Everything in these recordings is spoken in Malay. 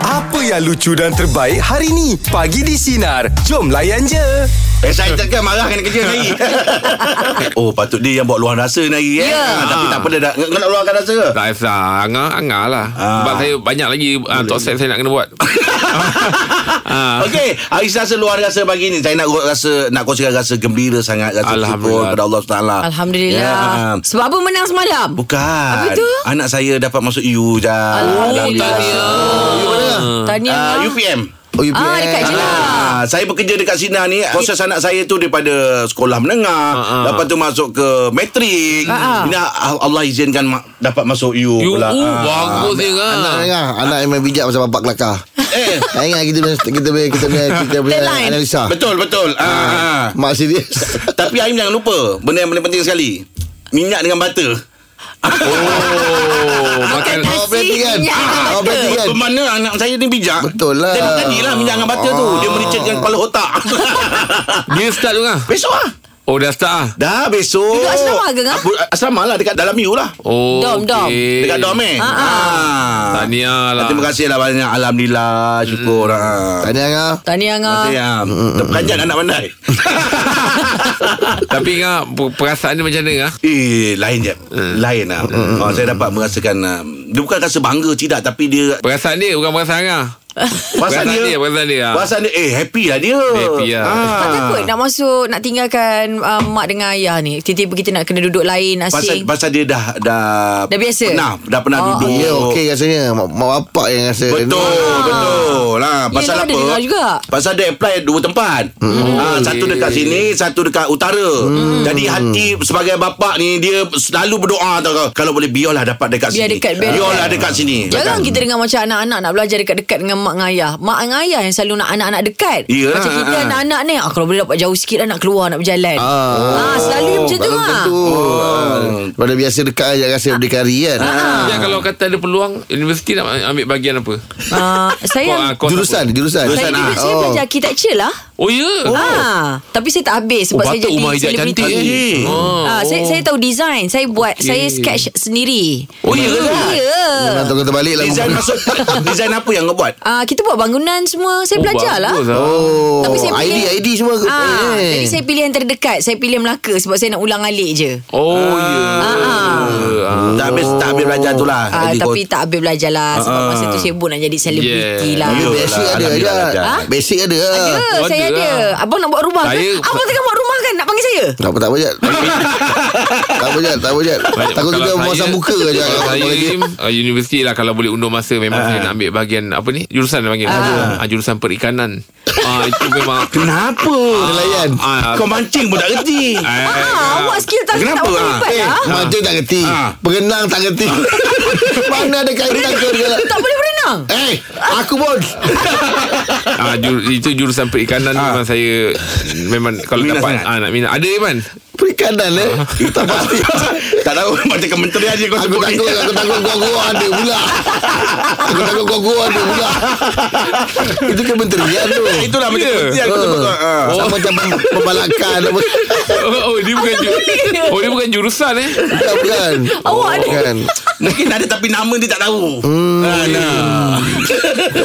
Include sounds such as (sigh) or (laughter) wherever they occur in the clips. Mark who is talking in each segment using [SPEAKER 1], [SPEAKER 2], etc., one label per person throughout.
[SPEAKER 1] Apa yang lucu dan terbaik hari ni? Pagi di Sinar. Jom layan je.
[SPEAKER 2] Eh, saya takkan marah kena kerja sendiri. (laughs) oh, patut dia yang buat luahan rasa ni hari eh.
[SPEAKER 3] Ya.
[SPEAKER 2] Ah, Tapi tak apa dia dah. Kau nak luahkan rasa ke?
[SPEAKER 4] Tak lah Angah Angah lah
[SPEAKER 2] Ah.
[SPEAKER 4] Sebab saya banyak lagi uh, Top set saya nak kena
[SPEAKER 2] (laughs)
[SPEAKER 4] buat Ah.
[SPEAKER 2] Okey, hari Selasa luar rasa pagi ni. Saya nak rasa nak kongsikan rasa gembira sangat, rasa syukur
[SPEAKER 4] Alhamdulillah.
[SPEAKER 2] kepada Allah SWT.
[SPEAKER 3] (laughs) Alhamdulillah.
[SPEAKER 2] Ya.
[SPEAKER 3] Sebab apa menang semalam?
[SPEAKER 2] Bukan.
[SPEAKER 3] Apa tu?
[SPEAKER 2] Anak saya dapat masuk EU je.
[SPEAKER 3] Tahniah.
[SPEAKER 2] Uh,
[SPEAKER 3] Uh,
[SPEAKER 2] UPM.
[SPEAKER 5] Oh, you
[SPEAKER 3] Ah, dekat je lah.
[SPEAKER 2] Ah, saya bekerja dekat Sina ni Proses anak saya tu Daripada sekolah menengah
[SPEAKER 4] ah.
[SPEAKER 2] Lepas tu masuk ke Matrik
[SPEAKER 3] Ah, ah.
[SPEAKER 2] Ini al- Allah izinkan ma- Dapat masuk U
[SPEAKER 4] You
[SPEAKER 2] pula Ah.
[SPEAKER 4] uh,
[SPEAKER 2] ya.
[SPEAKER 4] Bagus dia kan
[SPEAKER 5] Anak dengar Anak memang bijak Pasal bapak kelakar
[SPEAKER 2] Eh
[SPEAKER 5] Tak ingat kita punya Kita punya Kita punya, kita punya
[SPEAKER 3] Deadline.
[SPEAKER 5] analisa
[SPEAKER 2] Betul betul ah. ah.
[SPEAKER 5] Mak serius
[SPEAKER 2] Tapi Aim jangan lupa Benda yang paling penting sekali Minyak dengan butter
[SPEAKER 3] (laughs)
[SPEAKER 4] Oh Makan
[SPEAKER 3] Nasi
[SPEAKER 5] Awak perhatikan
[SPEAKER 3] minyak dengan
[SPEAKER 5] Awak perhatikan
[SPEAKER 2] Bermana anak saya ni bijak
[SPEAKER 5] Betul lah.
[SPEAKER 2] Tengok tadi Ya, lah minyak dengan butter tu Dia mericatkan kepala otak
[SPEAKER 4] Dia start tu Angah
[SPEAKER 2] (laughs) Besok lah
[SPEAKER 4] Oh dah start ah
[SPEAKER 2] Dah besok
[SPEAKER 3] Duduk asrama ke, Ngah?
[SPEAKER 2] Apa- Asrama lah dekat dalam U lah
[SPEAKER 4] Oh
[SPEAKER 3] Dom, dom.
[SPEAKER 4] okey.
[SPEAKER 2] Dekat dom eh
[SPEAKER 3] Ah, ah.
[SPEAKER 2] Ah.
[SPEAKER 4] Tahniah lah
[SPEAKER 2] Terima kasih lah banyak Alhamdulillah Syukur hmm.
[SPEAKER 5] Tahniah Angah
[SPEAKER 3] Tahniah Angah.
[SPEAKER 2] Saya Terperanjat anak pandai (laughs)
[SPEAKER 4] Tapi Angah per- Perasaan dia macam mana Angah
[SPEAKER 2] Eh lain je Lain lah oh, Saya dapat merasakan ah, Dia bukan rasa bangga Tidak Tapi dia
[SPEAKER 4] Perasaan dia bukan perasaan Angah
[SPEAKER 2] (laughs) Perasaan dia,
[SPEAKER 4] Perasaan dia Perasaan
[SPEAKER 2] Perasaan dia Eh happy lah dia
[SPEAKER 4] Happy lah.
[SPEAKER 3] Kau
[SPEAKER 2] Ah.
[SPEAKER 3] takut nak masuk Nak tinggalkan uh, Mak dengan ayah ni Tiba-tiba kita nak kena duduk lain
[SPEAKER 2] Pasal,
[SPEAKER 3] Asing
[SPEAKER 2] pasal dia dah Dah
[SPEAKER 3] Dah biasa?
[SPEAKER 2] Pernah Dah pernah
[SPEAKER 3] Oh,
[SPEAKER 2] duduk
[SPEAKER 5] Ya okey rasanya Mak mak bapak yang rasa
[SPEAKER 2] Betul Betul ha, Pasal apa
[SPEAKER 3] Yelah, Ah. dia dengar juga. Hmm.
[SPEAKER 2] Pasal dia apply dua tempat ha, Satu dekat sini Satu dekat utara Jadi hati sebagai bapak ni Dia selalu berdoa tau kau. Kalau boleh biarlah dapat dekat
[SPEAKER 3] Biar
[SPEAKER 2] sini
[SPEAKER 3] dekat, biar
[SPEAKER 2] Biarlah dekat sini
[SPEAKER 3] Jarang kita dengar macam anak-anak nak belajar dekat-dekat dengan mak dengan ayah. Mak dengan ayah yang selalu nak anak-anak dekat.
[SPEAKER 2] Yelah,
[SPEAKER 3] macam kita
[SPEAKER 2] ah.
[SPEAKER 3] anak-anak ni, ah, kalau boleh dapat jauh sikit lah nak keluar, nak berjalan. Ah, Ah. selalu macam tu lah.
[SPEAKER 5] Betul Ah. Pada biasa dekat Yang rasa berdikari kan
[SPEAKER 4] dia kalau kata ada peluang Universiti nak ambil bagian apa
[SPEAKER 3] Ah, saya
[SPEAKER 4] Kau- ah, kau-
[SPEAKER 5] Jurusan Jurusan
[SPEAKER 3] saya, dulu, saya
[SPEAKER 5] Oh.
[SPEAKER 3] belajar architecture lah.
[SPEAKER 4] Oh ya yeah.
[SPEAKER 3] Oh. Ah, tapi saya tak habis sebab
[SPEAKER 4] Oh,
[SPEAKER 3] saya
[SPEAKER 4] patut
[SPEAKER 3] jadi
[SPEAKER 4] rumah Ijat
[SPEAKER 3] selebriti.
[SPEAKER 4] cantik, eh.
[SPEAKER 3] Ah,
[SPEAKER 4] Ah,
[SPEAKER 3] saya saya tahu design. Saya buat, saya sketch sendiri.
[SPEAKER 4] Oh, ya ke?
[SPEAKER 3] Ya.
[SPEAKER 5] Memang tu kata balik lah
[SPEAKER 2] Design masuk Design apa yang kau buat
[SPEAKER 3] Ah, kita buat bangunan semua. Saya belajar lah.
[SPEAKER 4] bagus lah.
[SPEAKER 5] Oh
[SPEAKER 3] Tapi saya
[SPEAKER 5] ID
[SPEAKER 3] pilih-
[SPEAKER 5] ID semua ke
[SPEAKER 3] Ah,
[SPEAKER 5] Eh.
[SPEAKER 3] jadi saya pilih yang terdekat. Saya pilih Melaka sebab saya nak ulang alik je.
[SPEAKER 4] Oh ya yeah.
[SPEAKER 2] Ah. Tak habis tak habis belajar tu lah
[SPEAKER 3] Ah,
[SPEAKER 2] Jadi
[SPEAKER 3] tapi
[SPEAKER 2] kau-
[SPEAKER 3] tak habis belajar lah Sebab
[SPEAKER 2] Ah.
[SPEAKER 3] masa tu sibuk nak jadi
[SPEAKER 4] Yeah.
[SPEAKER 3] selebriti lah
[SPEAKER 2] Ya.
[SPEAKER 5] Basic
[SPEAKER 2] Alhamdulillah,
[SPEAKER 5] ada
[SPEAKER 2] Alhamdulillah,
[SPEAKER 5] Ajat.
[SPEAKER 2] Ha?
[SPEAKER 5] Basic ada
[SPEAKER 3] Ada,
[SPEAKER 4] Oh,
[SPEAKER 3] saya
[SPEAKER 4] ada
[SPEAKER 3] ada
[SPEAKER 4] lah.
[SPEAKER 3] Abang nak buat rumah
[SPEAKER 4] Saya-
[SPEAKER 3] kan? Abang tengah buat rumah kan? Nak panggil saya?
[SPEAKER 5] Tak apa tak apa Jat Tak apa Jat Tak apa Jat
[SPEAKER 4] Baik,
[SPEAKER 5] Takut
[SPEAKER 4] kalau
[SPEAKER 5] juga
[SPEAKER 4] saya-
[SPEAKER 5] Masa
[SPEAKER 4] (laughs)
[SPEAKER 5] buka ke Jat
[SPEAKER 4] Kalau saya uh, Universiti lah Kalau boleh undur masa Memang saya nak ambil bahagian Apa ni Jurusan dia panggil ah. Jurusan perikanan ah, Itu memang
[SPEAKER 2] Kenapa
[SPEAKER 5] Nelayan
[SPEAKER 4] ah,
[SPEAKER 2] Kau mancing pun tak kerti
[SPEAKER 4] ah,
[SPEAKER 3] Ah, awak skill tak tak
[SPEAKER 2] Eh. Kenapa,
[SPEAKER 3] apa
[SPEAKER 2] ah?
[SPEAKER 3] lipat
[SPEAKER 5] Eh,
[SPEAKER 3] lah
[SPEAKER 5] mancing tak kerti
[SPEAKER 2] Ha.
[SPEAKER 5] Berenang tak kerti (laughs) Mana ada kaitan kau dengan
[SPEAKER 3] Tak boleh berenang
[SPEAKER 5] Eh, aku pun
[SPEAKER 4] ah, jur, Itu jurusan perikanan Memang saya Memang Kalau
[SPEAKER 2] Minat
[SPEAKER 4] dapat
[SPEAKER 2] sangat.
[SPEAKER 4] ah, nak minat Ada Iman
[SPEAKER 5] Perikanan eh Tak pasti
[SPEAKER 2] (laughs) Tak tahu Macam kementerian je kau
[SPEAKER 5] Aku
[SPEAKER 2] sebut ni
[SPEAKER 5] takut Aku takut gua-gua ada pula Aku takut gua-gua ada pula Itu kementerian tu Ha.
[SPEAKER 2] Itulah macam
[SPEAKER 4] Ya.
[SPEAKER 2] kementerian Kau sebut ah.
[SPEAKER 5] Sama macam pem- pembalakan apa.
[SPEAKER 4] (laughs) Oh, oh dia bukan
[SPEAKER 3] (laughs)
[SPEAKER 4] ju- Oh dia bukan jurusan eh
[SPEAKER 5] Bukan bukan
[SPEAKER 3] Awak ada.
[SPEAKER 5] Bukan
[SPEAKER 2] Mungkin ada tapi nama dia tak tahu Ah, nah.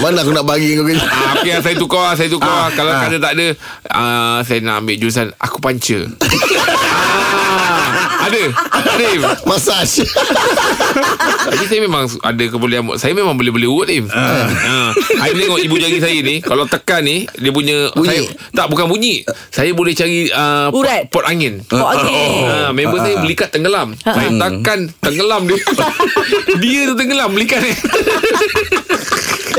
[SPEAKER 5] Mana aku nak bagi kau kerja
[SPEAKER 4] ah, Okay lah, saya tukar lah, Saya tukar ah, Kalau ah. kata tak ada ah, Saya nak ambil jurusan Aku panca ah, Ada Ada Im.
[SPEAKER 5] Massage
[SPEAKER 4] Tapi saya memang ada kebolehan Saya memang boleh beli urut Im uh.
[SPEAKER 5] Ah.
[SPEAKER 4] Saya tengok ibu jari saya ni Kalau tekan ni Dia punya
[SPEAKER 5] Bunyi.
[SPEAKER 4] saya, Tak bukan bunyi Saya boleh cari uh,
[SPEAKER 3] Urat.
[SPEAKER 4] pot, pot angin
[SPEAKER 3] Oh, Ah. okey
[SPEAKER 4] Ha, member saya
[SPEAKER 5] Ah.
[SPEAKER 4] belikat tenggelam. Saya
[SPEAKER 5] Hmm.
[SPEAKER 4] tekan tenggelam dia. (laughs) dia tu tenggelam belikat ni.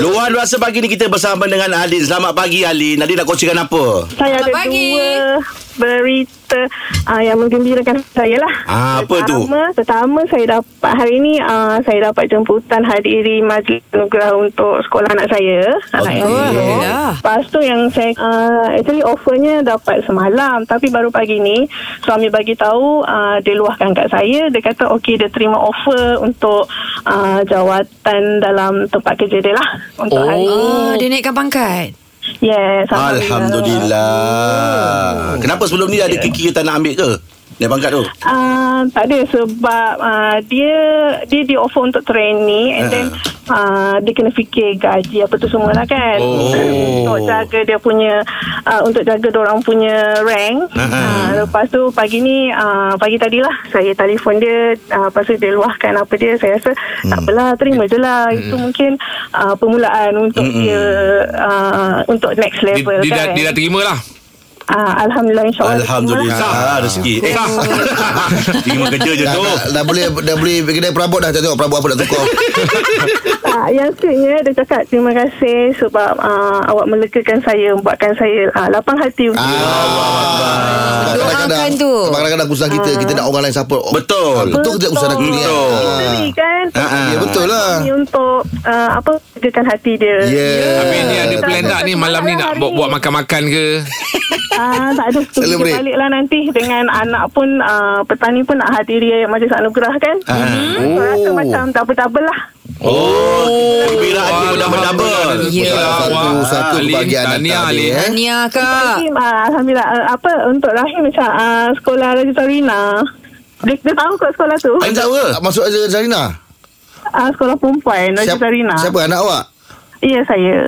[SPEAKER 2] Luar luasa pagi ni kita bersama dengan Alin Selamat pagi Alin Alin nak kongsikan apa?
[SPEAKER 6] Saya ada
[SPEAKER 3] Selamat pagi.
[SPEAKER 6] dua berita uh, yang menggembirakan saya lah.
[SPEAKER 2] Ah, apa tu?
[SPEAKER 6] pertama, Pertama, saya dapat hari ini uh, saya dapat jemputan hadiri majlis anugerah untuk sekolah anak saya. Anak
[SPEAKER 2] Okey.
[SPEAKER 6] yang
[SPEAKER 3] Alhamdulillah.
[SPEAKER 6] Lepas tu yang saya uh, actually offernya dapat semalam tapi baru pagi ni suami bagi tahu uh, dia luahkan kat saya dia kata okey dia terima offer untuk uh, jawatan dalam tempat kerja dia lah untuk oh. hari ini.
[SPEAKER 3] Oh, dia naikkan pangkat
[SPEAKER 6] Yes,
[SPEAKER 2] Alhamdulillah Kenapa sebelum ni
[SPEAKER 5] Ya.
[SPEAKER 2] ada kiki tak nak ambil ke? Dia pangkat tu
[SPEAKER 5] Oh,
[SPEAKER 6] Ah, Uh, tak ada sebab uh, dia dia di offer untuk training and then uh, dia kena fikir gaji apa tu semua lah kan
[SPEAKER 4] Oh.
[SPEAKER 6] untuk jaga dia punya uh, untuk jaga orang punya rank uh, lepas tu pagi ni uh, pagi tadilah saya telefon dia uh, lepas tu dia luahkan apa dia saya rasa tak apalah terima je lah itu mungkin uh, permulaan untuk dia uh, untuk next
[SPEAKER 4] Dia,
[SPEAKER 6] level
[SPEAKER 4] dia,
[SPEAKER 6] kan
[SPEAKER 4] dah, dia dah terima lah
[SPEAKER 6] Ah, Alhamdulillah insyaAllah
[SPEAKER 2] Alhamdulillah Sah rezeki Eh
[SPEAKER 5] (laughs)
[SPEAKER 2] sah Terima kerja je
[SPEAKER 5] Dah,
[SPEAKER 2] tu
[SPEAKER 5] dah, dah boleh Dah boleh Kedai perabot dah Tak tengok perabot apa nak tukar
[SPEAKER 6] Ah, yang seterusnya dia cakap terima kasih sebab ah, awak melegakan saya buatkan saya ah, lapang hati untuk
[SPEAKER 5] Ah, sebab kadang-kadang-
[SPEAKER 3] Doakan tu. Ah.
[SPEAKER 5] Sebab kadang-kadang Usah kita Kita nak orang lain support Oh,
[SPEAKER 2] Betul.
[SPEAKER 5] ah, Betul kita usah nak
[SPEAKER 6] Betul.
[SPEAKER 5] kuliah
[SPEAKER 6] kita ni kan
[SPEAKER 2] Ah, ah.
[SPEAKER 5] Ya betul lah Ya.
[SPEAKER 6] ni untuk ah, apa melegakan hati dia
[SPEAKER 5] Yeah.
[SPEAKER 4] Tapi ni ada plan tak ni Malam ni nak
[SPEAKER 6] Ah. Hari
[SPEAKER 4] buat,
[SPEAKER 6] ni.
[SPEAKER 4] buat makan-makan ke
[SPEAKER 6] Ah, tak ada tu kita
[SPEAKER 5] Celebrate.
[SPEAKER 6] balik lah nanti dengan anak pun ah, petani pun nak hadiri majlis anugerah kan uh-huh. so rasa
[SPEAKER 5] Ah. Oh.
[SPEAKER 6] macam double-double lah
[SPEAKER 2] Oh Kebiraan dia
[SPEAKER 4] Alhamdulillah.
[SPEAKER 2] berdabel
[SPEAKER 3] Ya.
[SPEAKER 5] Satu Satu
[SPEAKER 4] Alin,
[SPEAKER 5] kebahagiaan
[SPEAKER 4] tahniah,
[SPEAKER 5] datang ni,
[SPEAKER 4] Alin.
[SPEAKER 5] eh.
[SPEAKER 3] Nia kak
[SPEAKER 6] Rahim, ah, Alhamdulillah ah, apa untuk Rahim macam ah, sekolah Raja Sarina dia, dia tahu kot sekolah tu
[SPEAKER 5] Ah,
[SPEAKER 2] Ain tahu ke?
[SPEAKER 5] Tak Masuk aja Zarina
[SPEAKER 6] Ah, sekolah perempuan Raja
[SPEAKER 5] Siapa-
[SPEAKER 6] Sarina
[SPEAKER 5] Siapa anak awak
[SPEAKER 6] Ya saya.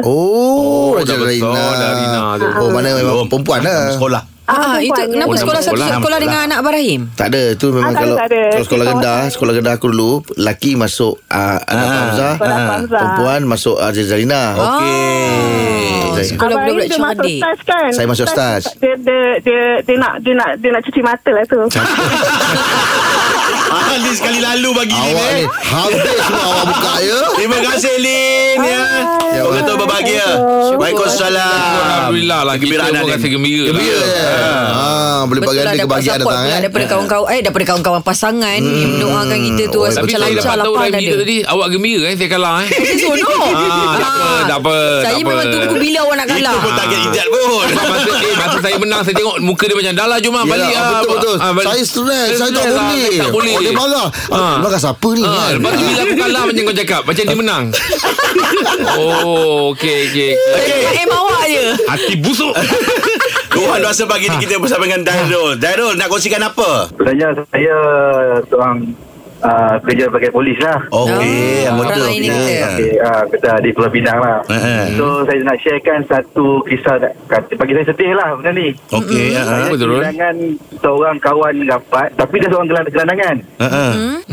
[SPEAKER 4] Oh,
[SPEAKER 5] Oh, Raja
[SPEAKER 4] dah
[SPEAKER 5] Zarina.
[SPEAKER 4] besar dah Rina tu.
[SPEAKER 5] Oh, mana memang perempuan lah.
[SPEAKER 2] Sekolah (laughs)
[SPEAKER 3] Ah, itu
[SPEAKER 6] perempuan.
[SPEAKER 3] kenapa
[SPEAKER 4] Oh,
[SPEAKER 3] sekolah
[SPEAKER 4] nama
[SPEAKER 3] satu
[SPEAKER 4] sekolah,
[SPEAKER 3] sekolah,
[SPEAKER 4] nama
[SPEAKER 3] dengan anak Barahim?
[SPEAKER 5] Tak ada tu memang
[SPEAKER 6] Ah, tak
[SPEAKER 5] kalau,
[SPEAKER 6] ada, tak ada.
[SPEAKER 5] kalau sekolah
[SPEAKER 6] Kita
[SPEAKER 5] rendah,
[SPEAKER 6] orang-
[SPEAKER 5] sekolah rendah aku dulu laki masuk uh, anak
[SPEAKER 2] Ah,
[SPEAKER 5] Hamzah,
[SPEAKER 6] sekolah Hamzah.
[SPEAKER 5] perempuan masuk uh, Zarina.
[SPEAKER 3] Oh,
[SPEAKER 5] Okey.
[SPEAKER 3] sekolah budak-budak
[SPEAKER 6] Abang Rahim dia masuk
[SPEAKER 3] cerdik.
[SPEAKER 6] staj kan?
[SPEAKER 5] Saya masuk staj.
[SPEAKER 6] Dia, dia, dia, dia, nak, dia, nak, dia nak cuci mata lah tu.
[SPEAKER 2] Ah, Lin sekali lalu bagi Lin
[SPEAKER 5] Awak
[SPEAKER 2] eh.
[SPEAKER 5] ni hampir semua awak buka ya.
[SPEAKER 2] Terima kasih Lin ya.
[SPEAKER 5] Ya,
[SPEAKER 2] Semoga
[SPEAKER 5] Allah.
[SPEAKER 2] tu berbahagia. Waalaikumsalam.
[SPEAKER 4] Alhamdulillah lah Kita
[SPEAKER 2] Kegembiraan
[SPEAKER 4] pun
[SPEAKER 2] Anin.
[SPEAKER 4] rasa gembira
[SPEAKER 5] Gembira.
[SPEAKER 4] lah
[SPEAKER 5] Ah, boleh
[SPEAKER 3] Betul
[SPEAKER 5] bagi
[SPEAKER 3] lah
[SPEAKER 5] ada
[SPEAKER 3] dapat
[SPEAKER 5] kebahagiaan
[SPEAKER 3] support
[SPEAKER 5] datang
[SPEAKER 3] pula
[SPEAKER 5] eh.
[SPEAKER 3] daripada kawan-kawan eh daripada kawan-kawan pasangan yang mendoakan kita tu rasa
[SPEAKER 4] Hmm. Tapi
[SPEAKER 3] macam
[SPEAKER 4] saya
[SPEAKER 3] lancar
[SPEAKER 4] dapat tahu
[SPEAKER 3] lapang
[SPEAKER 4] Rahim
[SPEAKER 3] dada.
[SPEAKER 4] kita
[SPEAKER 3] (laughs)
[SPEAKER 4] tadi Awak gembira eh Saya kalah eh
[SPEAKER 3] Seronok.
[SPEAKER 4] Ah, tak apa, tak apa,
[SPEAKER 3] Saya
[SPEAKER 4] tak apa.
[SPEAKER 3] memang tunggu bila awak nak
[SPEAKER 2] Itu
[SPEAKER 3] kalah.
[SPEAKER 2] pun target ijat pun.
[SPEAKER 4] Masa, eh, masa saya menang Saya tengok muka dia macam Dah lah jom lah
[SPEAKER 5] Yelah,
[SPEAKER 4] balik
[SPEAKER 5] ah,
[SPEAKER 4] lah
[SPEAKER 5] betul betul.
[SPEAKER 4] Ah, balik.
[SPEAKER 5] saya stres, saya tak
[SPEAKER 4] Stres lah,
[SPEAKER 5] boleh.
[SPEAKER 4] saya tak boleh
[SPEAKER 5] Oh, dia marah.
[SPEAKER 4] Ah.
[SPEAKER 5] Ah, marah siapa ni?
[SPEAKER 4] Ah,
[SPEAKER 5] kan?
[SPEAKER 4] lepas tu bila aku kalah macam kau cakap Macam dia
[SPEAKER 3] (laughs)
[SPEAKER 4] menang Oh Okay, okay.
[SPEAKER 3] M awak je.
[SPEAKER 4] Hati busuk
[SPEAKER 2] Tuhan rasa pagi
[SPEAKER 4] Ah.
[SPEAKER 2] ni kita bersama dengan Dairul. Dairul nak kongsikan apa?
[SPEAKER 7] Sebenarnya saya seorang uh, kerja sebagai polis lah.
[SPEAKER 2] Okey,
[SPEAKER 3] Ah,
[SPEAKER 2] anggota.
[SPEAKER 3] orang lain
[SPEAKER 2] okey.
[SPEAKER 3] kita.
[SPEAKER 7] Okey, ah, kita di Pulau Pinang lah.
[SPEAKER 2] Eh, eh.
[SPEAKER 7] So saya nak sharekan satu kisah dak- kata- bagi saya sedih lah benda ni.
[SPEAKER 2] Okey.
[SPEAKER 7] Saya
[SPEAKER 4] Apa tu, Rul?
[SPEAKER 7] kehilangan seorang kawan rapat tapi dia seorang gelan- gelandangan.
[SPEAKER 2] Ha ha.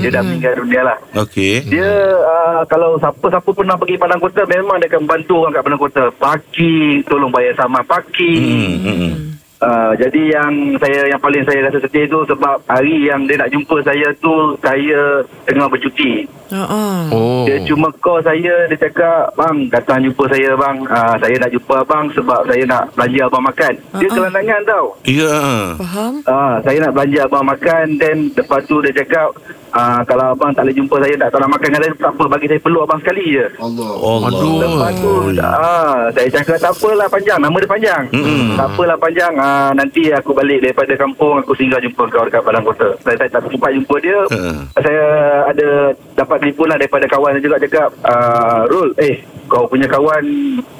[SPEAKER 7] Dia dah meninggal dunia lah.
[SPEAKER 2] Okey.
[SPEAKER 7] Dia uh, kalau siapa-siapa pernah pergi Padang Kota memang dia akan bantu orang kat Padang Kota. Parking, tolong bayar sama parking.
[SPEAKER 2] Hmm, hmm, hmm.
[SPEAKER 7] Uh, jadi yang saya yang paling saya rasa sedih tu sebab hari yang dia nak jumpa saya tu saya tengah bercuti.
[SPEAKER 3] Ha ah.
[SPEAKER 4] Oh
[SPEAKER 7] Dia cuma call saya Dia cakap Bang datang jumpa saya bang uh, Saya nak jumpa abang Sebab saya nak belanja abang makan Dia
[SPEAKER 3] Ah, ah.
[SPEAKER 7] gelandangan tau
[SPEAKER 2] Ya.
[SPEAKER 3] Faham?
[SPEAKER 7] uh, Saya nak belanja abang makan Then lepas tu dia cakap uh, Kalau abang tak boleh jumpa saya Tak, tak nak makan dengan saya Tak apa bagi saya peluk abang sekali je
[SPEAKER 5] Oh, Allah.
[SPEAKER 2] Allah.
[SPEAKER 7] Lepas tu uh, Saya cakap tak apalah panjang Nama dia panjang
[SPEAKER 2] Mm-mm.
[SPEAKER 7] Tak apalah panjang uh, Nanti aku balik daripada kampung Aku singgah jumpa kau dekat Padang Kota Saya, saya tak sempat jumpa dia
[SPEAKER 2] Ha.
[SPEAKER 7] saya ada dapat telefon lah daripada kawan saya juga cakap uh, Rul eh kau punya kawan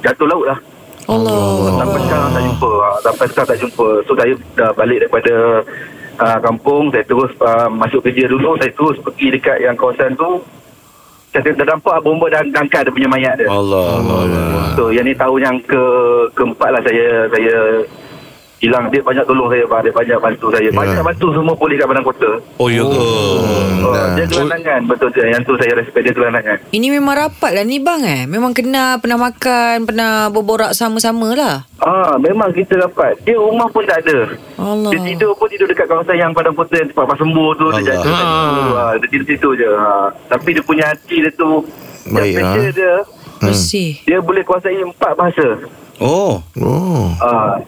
[SPEAKER 7] jatuh laut lah
[SPEAKER 3] Allah.
[SPEAKER 7] sampai
[SPEAKER 2] Oh.
[SPEAKER 7] sekarang tak jumpa Ah, sampai sekarang tak jumpa so saya dah balik daripada uh, kampung saya terus uh, masuk kerja dulu saya terus pergi dekat yang kawasan tu saya dah nampak bomba dah dah angkat dia punya mayat dia
[SPEAKER 2] Allah. Allah.
[SPEAKER 7] so yang ni tahun yang ke keempat lah saya saya hilang dia banyak tolong saya Pak. dia banyak bantu saya banyak bantu semua polis kat Padang Kota
[SPEAKER 2] Ya. Oh ya ke?
[SPEAKER 7] Oh, dia gelandangan betul dia yang tu saya respect dia gelandangan
[SPEAKER 3] Ini memang rapat lah ni bang eh. Memang kenal, pernah makan, pernah berborak sama-sama lah.
[SPEAKER 7] ah memang kita dapat dia rumah pun tak ada
[SPEAKER 3] Allah.
[SPEAKER 7] dia tidur pun tidur dekat kawasan yang padang kota yang tempat pasembu tu
[SPEAKER 5] Allah.
[SPEAKER 7] dia jadi ah. dia tidur situ je ah. tapi dia punya hati dia tu
[SPEAKER 5] Baik,
[SPEAKER 7] yang
[SPEAKER 5] ah.
[SPEAKER 7] special dia
[SPEAKER 4] Hmm.
[SPEAKER 3] Bersih.
[SPEAKER 7] dia boleh kuasai empat bahasa
[SPEAKER 2] Oh.
[SPEAKER 5] Oh.
[SPEAKER 7] ah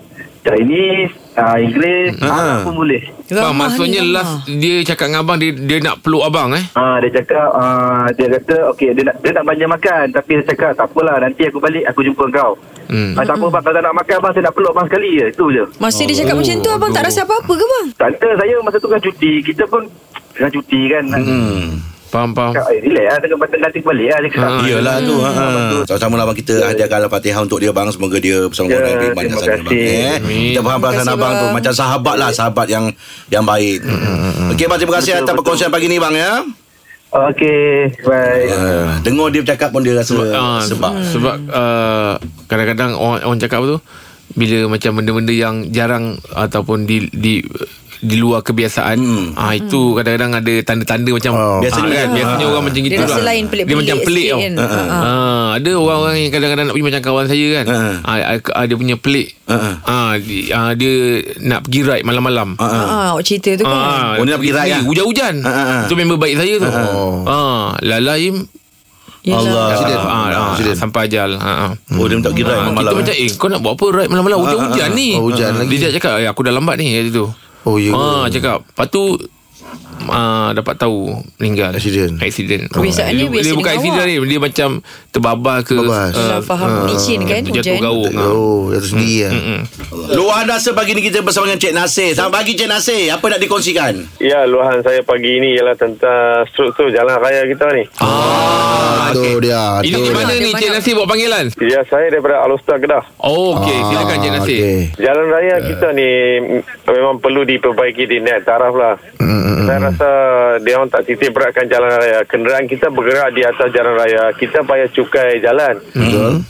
[SPEAKER 7] Chinese ah, Inggeris
[SPEAKER 2] Ah.
[SPEAKER 7] Arab pun boleh
[SPEAKER 4] Bang,
[SPEAKER 3] Ramah
[SPEAKER 4] maksudnya
[SPEAKER 3] ni,
[SPEAKER 4] last
[SPEAKER 3] ramah.
[SPEAKER 4] dia cakap dengan abang dia, dia nak peluk abang eh
[SPEAKER 7] Ah, dia cakap ah, dia kata okey dia nak dia nak belanja makan tapi dia cakap tak apalah nanti aku balik aku jumpa kau.
[SPEAKER 4] Hmm.
[SPEAKER 7] Ah, tak apa bang kalau tak nak makan bang saya nak peluk bang sekali je itu je.
[SPEAKER 3] Masa dia
[SPEAKER 4] Oh,
[SPEAKER 3] cakap macam tu abang tak rasa apa-apa ke bang?
[SPEAKER 7] Tak ada saya masa tu kan cuti Kita pun Tengah cuti kan hmm.
[SPEAKER 2] Hmm.
[SPEAKER 4] Faham, faham
[SPEAKER 7] Cakap eh relax lah Tengah patah nanti balik lah Dia kata
[SPEAKER 4] Ah,
[SPEAKER 2] Iyalah tu ha. Sama-sama lah abang kita hadiahkan Al-Fatihah untuk dia bang. Semoga dia bersama
[SPEAKER 7] Ya,
[SPEAKER 2] keluarga yang banyak
[SPEAKER 7] terima
[SPEAKER 2] sana bang.
[SPEAKER 7] kasih.
[SPEAKER 2] Eh. Kita faham perasaan
[SPEAKER 3] kasih,
[SPEAKER 2] abang tu
[SPEAKER 3] bang.
[SPEAKER 2] macam sahabat lah, sahabat yang yang baik. Okey bang terima kasih atas perkongsian pagi ni bang ya.
[SPEAKER 7] Okey, bye.
[SPEAKER 2] Uh, dengar dia bercakap pun dia rasa
[SPEAKER 4] Ah,
[SPEAKER 2] sebab hmm.
[SPEAKER 4] sebab uh, kadang-kadang orang orang cakap apa tu bila macam benda-benda yang jarang ataupun di di di luar kebiasaan hmm. ah itu kadang-kadang ada tanda-tanda macam
[SPEAKER 5] Oh.
[SPEAKER 4] oh.
[SPEAKER 2] Biasanya.
[SPEAKER 4] biasanya kan biasanya
[SPEAKER 2] Ah.
[SPEAKER 4] orang macam
[SPEAKER 3] Dia
[SPEAKER 4] gitu
[SPEAKER 3] rasa
[SPEAKER 4] lah.
[SPEAKER 3] lain pelik-pelik
[SPEAKER 4] dia macam pelik
[SPEAKER 3] sikit
[SPEAKER 4] tau
[SPEAKER 3] kan.
[SPEAKER 4] Ah.
[SPEAKER 3] Ah.
[SPEAKER 4] Ah, ada orang-orang yang kadang-kadang nak pergi macam kawan saya kan.
[SPEAKER 2] Ah.
[SPEAKER 4] Ah, ah, ah, dia punya pelik.
[SPEAKER 2] Ah.
[SPEAKER 4] Ah, di- ah, dia nak pergi ride malam-malam. Ah,
[SPEAKER 2] Ah, ah.
[SPEAKER 3] Ah, awak cerita tu kan.
[SPEAKER 2] Oh, dia nak pergi ride lah.
[SPEAKER 4] Hujan-hujan
[SPEAKER 2] Ah, ah, ah.
[SPEAKER 4] Itu member baik saya tu
[SPEAKER 5] Oh.
[SPEAKER 4] ah, Lala Im
[SPEAKER 3] Yelah.
[SPEAKER 5] Accident.
[SPEAKER 4] ah, ah,
[SPEAKER 5] Accident. Hmm.
[SPEAKER 4] Sampai ajal ah, ah.
[SPEAKER 2] Oh dia minta kira
[SPEAKER 4] Ah,
[SPEAKER 2] malam malam.
[SPEAKER 4] kita macam eh kau nak buat apa ride malam-malam hujan-hujan ni.
[SPEAKER 5] Oh, hujan
[SPEAKER 4] Ah.
[SPEAKER 5] lagi.
[SPEAKER 4] Dia cakap eh, aku dah lambat ni kata tu.
[SPEAKER 5] Oh, ya.
[SPEAKER 4] Ah cakap. Lepas tu ah, dapat tahu meninggal
[SPEAKER 5] Accident. Oh.
[SPEAKER 4] accident
[SPEAKER 3] Kebiasaannya
[SPEAKER 4] dia,
[SPEAKER 3] biasa
[SPEAKER 4] dia bukan
[SPEAKER 3] dengan
[SPEAKER 4] accident
[SPEAKER 3] awak.
[SPEAKER 4] ni dia macam terbabas ke eh,
[SPEAKER 5] Terbabas.
[SPEAKER 4] Ah.
[SPEAKER 3] Yelah, faham.
[SPEAKER 2] Ah.
[SPEAKER 3] Licin kan
[SPEAKER 4] jatuh
[SPEAKER 3] hujan.
[SPEAKER 4] gaung ah. mm,
[SPEAKER 5] Oh, jatuh sendiri lah.
[SPEAKER 2] Luar dasar pagi ni kita bersama dengan Cik Nasir. Selamat pagi Cik Nasir. Apa nak dikongsikan?
[SPEAKER 8] Ya, luahan saya pagi ini ialah tentang struktur jalan raya kita ni.
[SPEAKER 5] Ah, tu dia.
[SPEAKER 4] Ini
[SPEAKER 5] tu
[SPEAKER 4] di mana
[SPEAKER 5] dia.
[SPEAKER 4] ni Cik
[SPEAKER 3] Banyak.
[SPEAKER 4] Nasir buat panggilan?
[SPEAKER 8] Ya, saya daripada Alustar Kedah.
[SPEAKER 4] Oh okey
[SPEAKER 5] Ah,
[SPEAKER 4] silakan Cik Nasir.
[SPEAKER 5] okey.
[SPEAKER 8] Jalan raya
[SPEAKER 4] Ya.
[SPEAKER 8] kita ni mm, memang perlu diperbaiki di net taraf lah. Saya rasa dia orang tak titik beratkan jalan raya. Kenderaan kita bergerak di atas jalan raya. Kita bayar cukai jalan.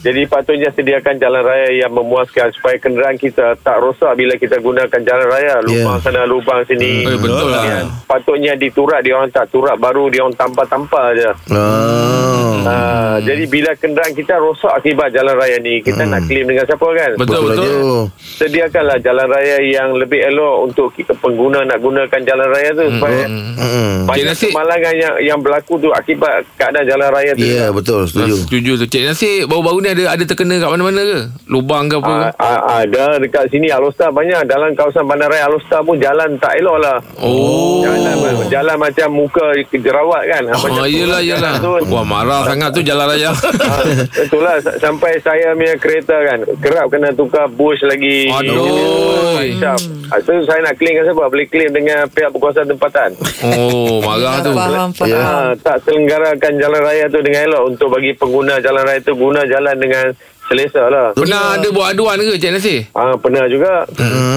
[SPEAKER 8] Jadi patutnya sediakan jalan raya yang memuaskan supaya kenderaan kita tak rosak bila kita gunakan jalan raya. Lubang
[SPEAKER 5] Ya.
[SPEAKER 8] sana, lubang sini.
[SPEAKER 4] Eh, betul lah.
[SPEAKER 8] Patutnya diturak, dia orang tak turak. Baru dia orang tampar-tampar je.
[SPEAKER 5] Ah.
[SPEAKER 4] Hmm.
[SPEAKER 8] Ha, jadi bila kenderaan kita rosak akibat jalan raya ni, kita nak claim dengan siapa kan?
[SPEAKER 4] Hmm. Betul
[SPEAKER 5] Betul
[SPEAKER 4] betul.
[SPEAKER 5] aja.
[SPEAKER 8] Sediakanlah jalan raya yang lebih elok untuk kita pengguna nak gunakan jalan raya tu supaya
[SPEAKER 5] Mm.
[SPEAKER 8] banyak
[SPEAKER 4] Cik Hmm. Nasib.
[SPEAKER 8] kemalangan yang yang berlaku tu akibat keadaan jalan raya tu.
[SPEAKER 5] Ya, yeah, betul.
[SPEAKER 4] Setuju.
[SPEAKER 5] Setuju.
[SPEAKER 4] Setuju tu Cik Nasir baru-baru ni ada ada terkena kat mana-mana ke? Lubang ke apa? ke?
[SPEAKER 8] Ah, ah, ada dekat sini Alostar banyak dalam kawasan bandaraya Alostar pun jalan tak elok lah
[SPEAKER 4] Oh.
[SPEAKER 8] jalan, jalan macam muka jerawat kan Ha, macam
[SPEAKER 4] Oh,
[SPEAKER 8] tu
[SPEAKER 4] yelah,
[SPEAKER 8] lah
[SPEAKER 4] yelah.
[SPEAKER 8] jalan tu.
[SPEAKER 4] Wah, marah sangat tu jalan
[SPEAKER 8] (laughs)
[SPEAKER 4] raya.
[SPEAKER 8] Ah, Itulah sa- sampai saya punya kereta kan kerap kena tukar bush lagi.
[SPEAKER 4] Aduh.
[SPEAKER 8] Hisap. Ah, tu saya nak claim kan siapa? Boleh claim dengan pihak berkuasa tempatan.
[SPEAKER 4] Oh, marah tu.
[SPEAKER 3] Faham,
[SPEAKER 2] Ya.
[SPEAKER 3] faham.
[SPEAKER 8] Ah, tak selenggarakan jalan raya tu dengan elok untuk bagi pengguna jalan raya tu guna jalan dengan selesa lah.
[SPEAKER 4] Pernah ada buat aduan ke Cik Nasir?
[SPEAKER 8] Ah, pernah juga.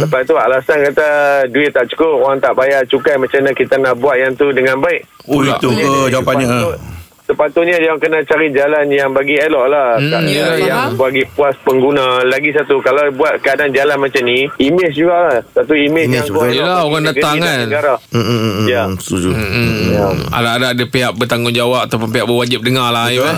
[SPEAKER 8] Lepas tu alasan kata duit tak cukup, orang tak bayar cukai macam mana kita nak buat yang tu dengan baik.
[SPEAKER 2] Oh itu ke jawapannya.
[SPEAKER 8] Sepatut-
[SPEAKER 4] ha.
[SPEAKER 8] Sepatutnya dia orang kena cari jalan yang bagi elok lah hmm,
[SPEAKER 4] ya,
[SPEAKER 8] Yang bagi puas pengguna Lagi satu Kalau buat keadaan jalan macam ni Image juga lah Satu image,
[SPEAKER 5] Image,
[SPEAKER 8] yang buat
[SPEAKER 4] betul. Yelah,
[SPEAKER 8] bagi
[SPEAKER 4] orang
[SPEAKER 8] negeri
[SPEAKER 4] datang
[SPEAKER 8] dan
[SPEAKER 4] kan.
[SPEAKER 8] negara.
[SPEAKER 5] Mm, mm, mm, mm.
[SPEAKER 8] Ya.
[SPEAKER 5] Setuju.
[SPEAKER 8] Ya.
[SPEAKER 4] Hmm. Ada ada pihak bertanggungjawab ataupun pihak berwajib dengar lah Aib, eh.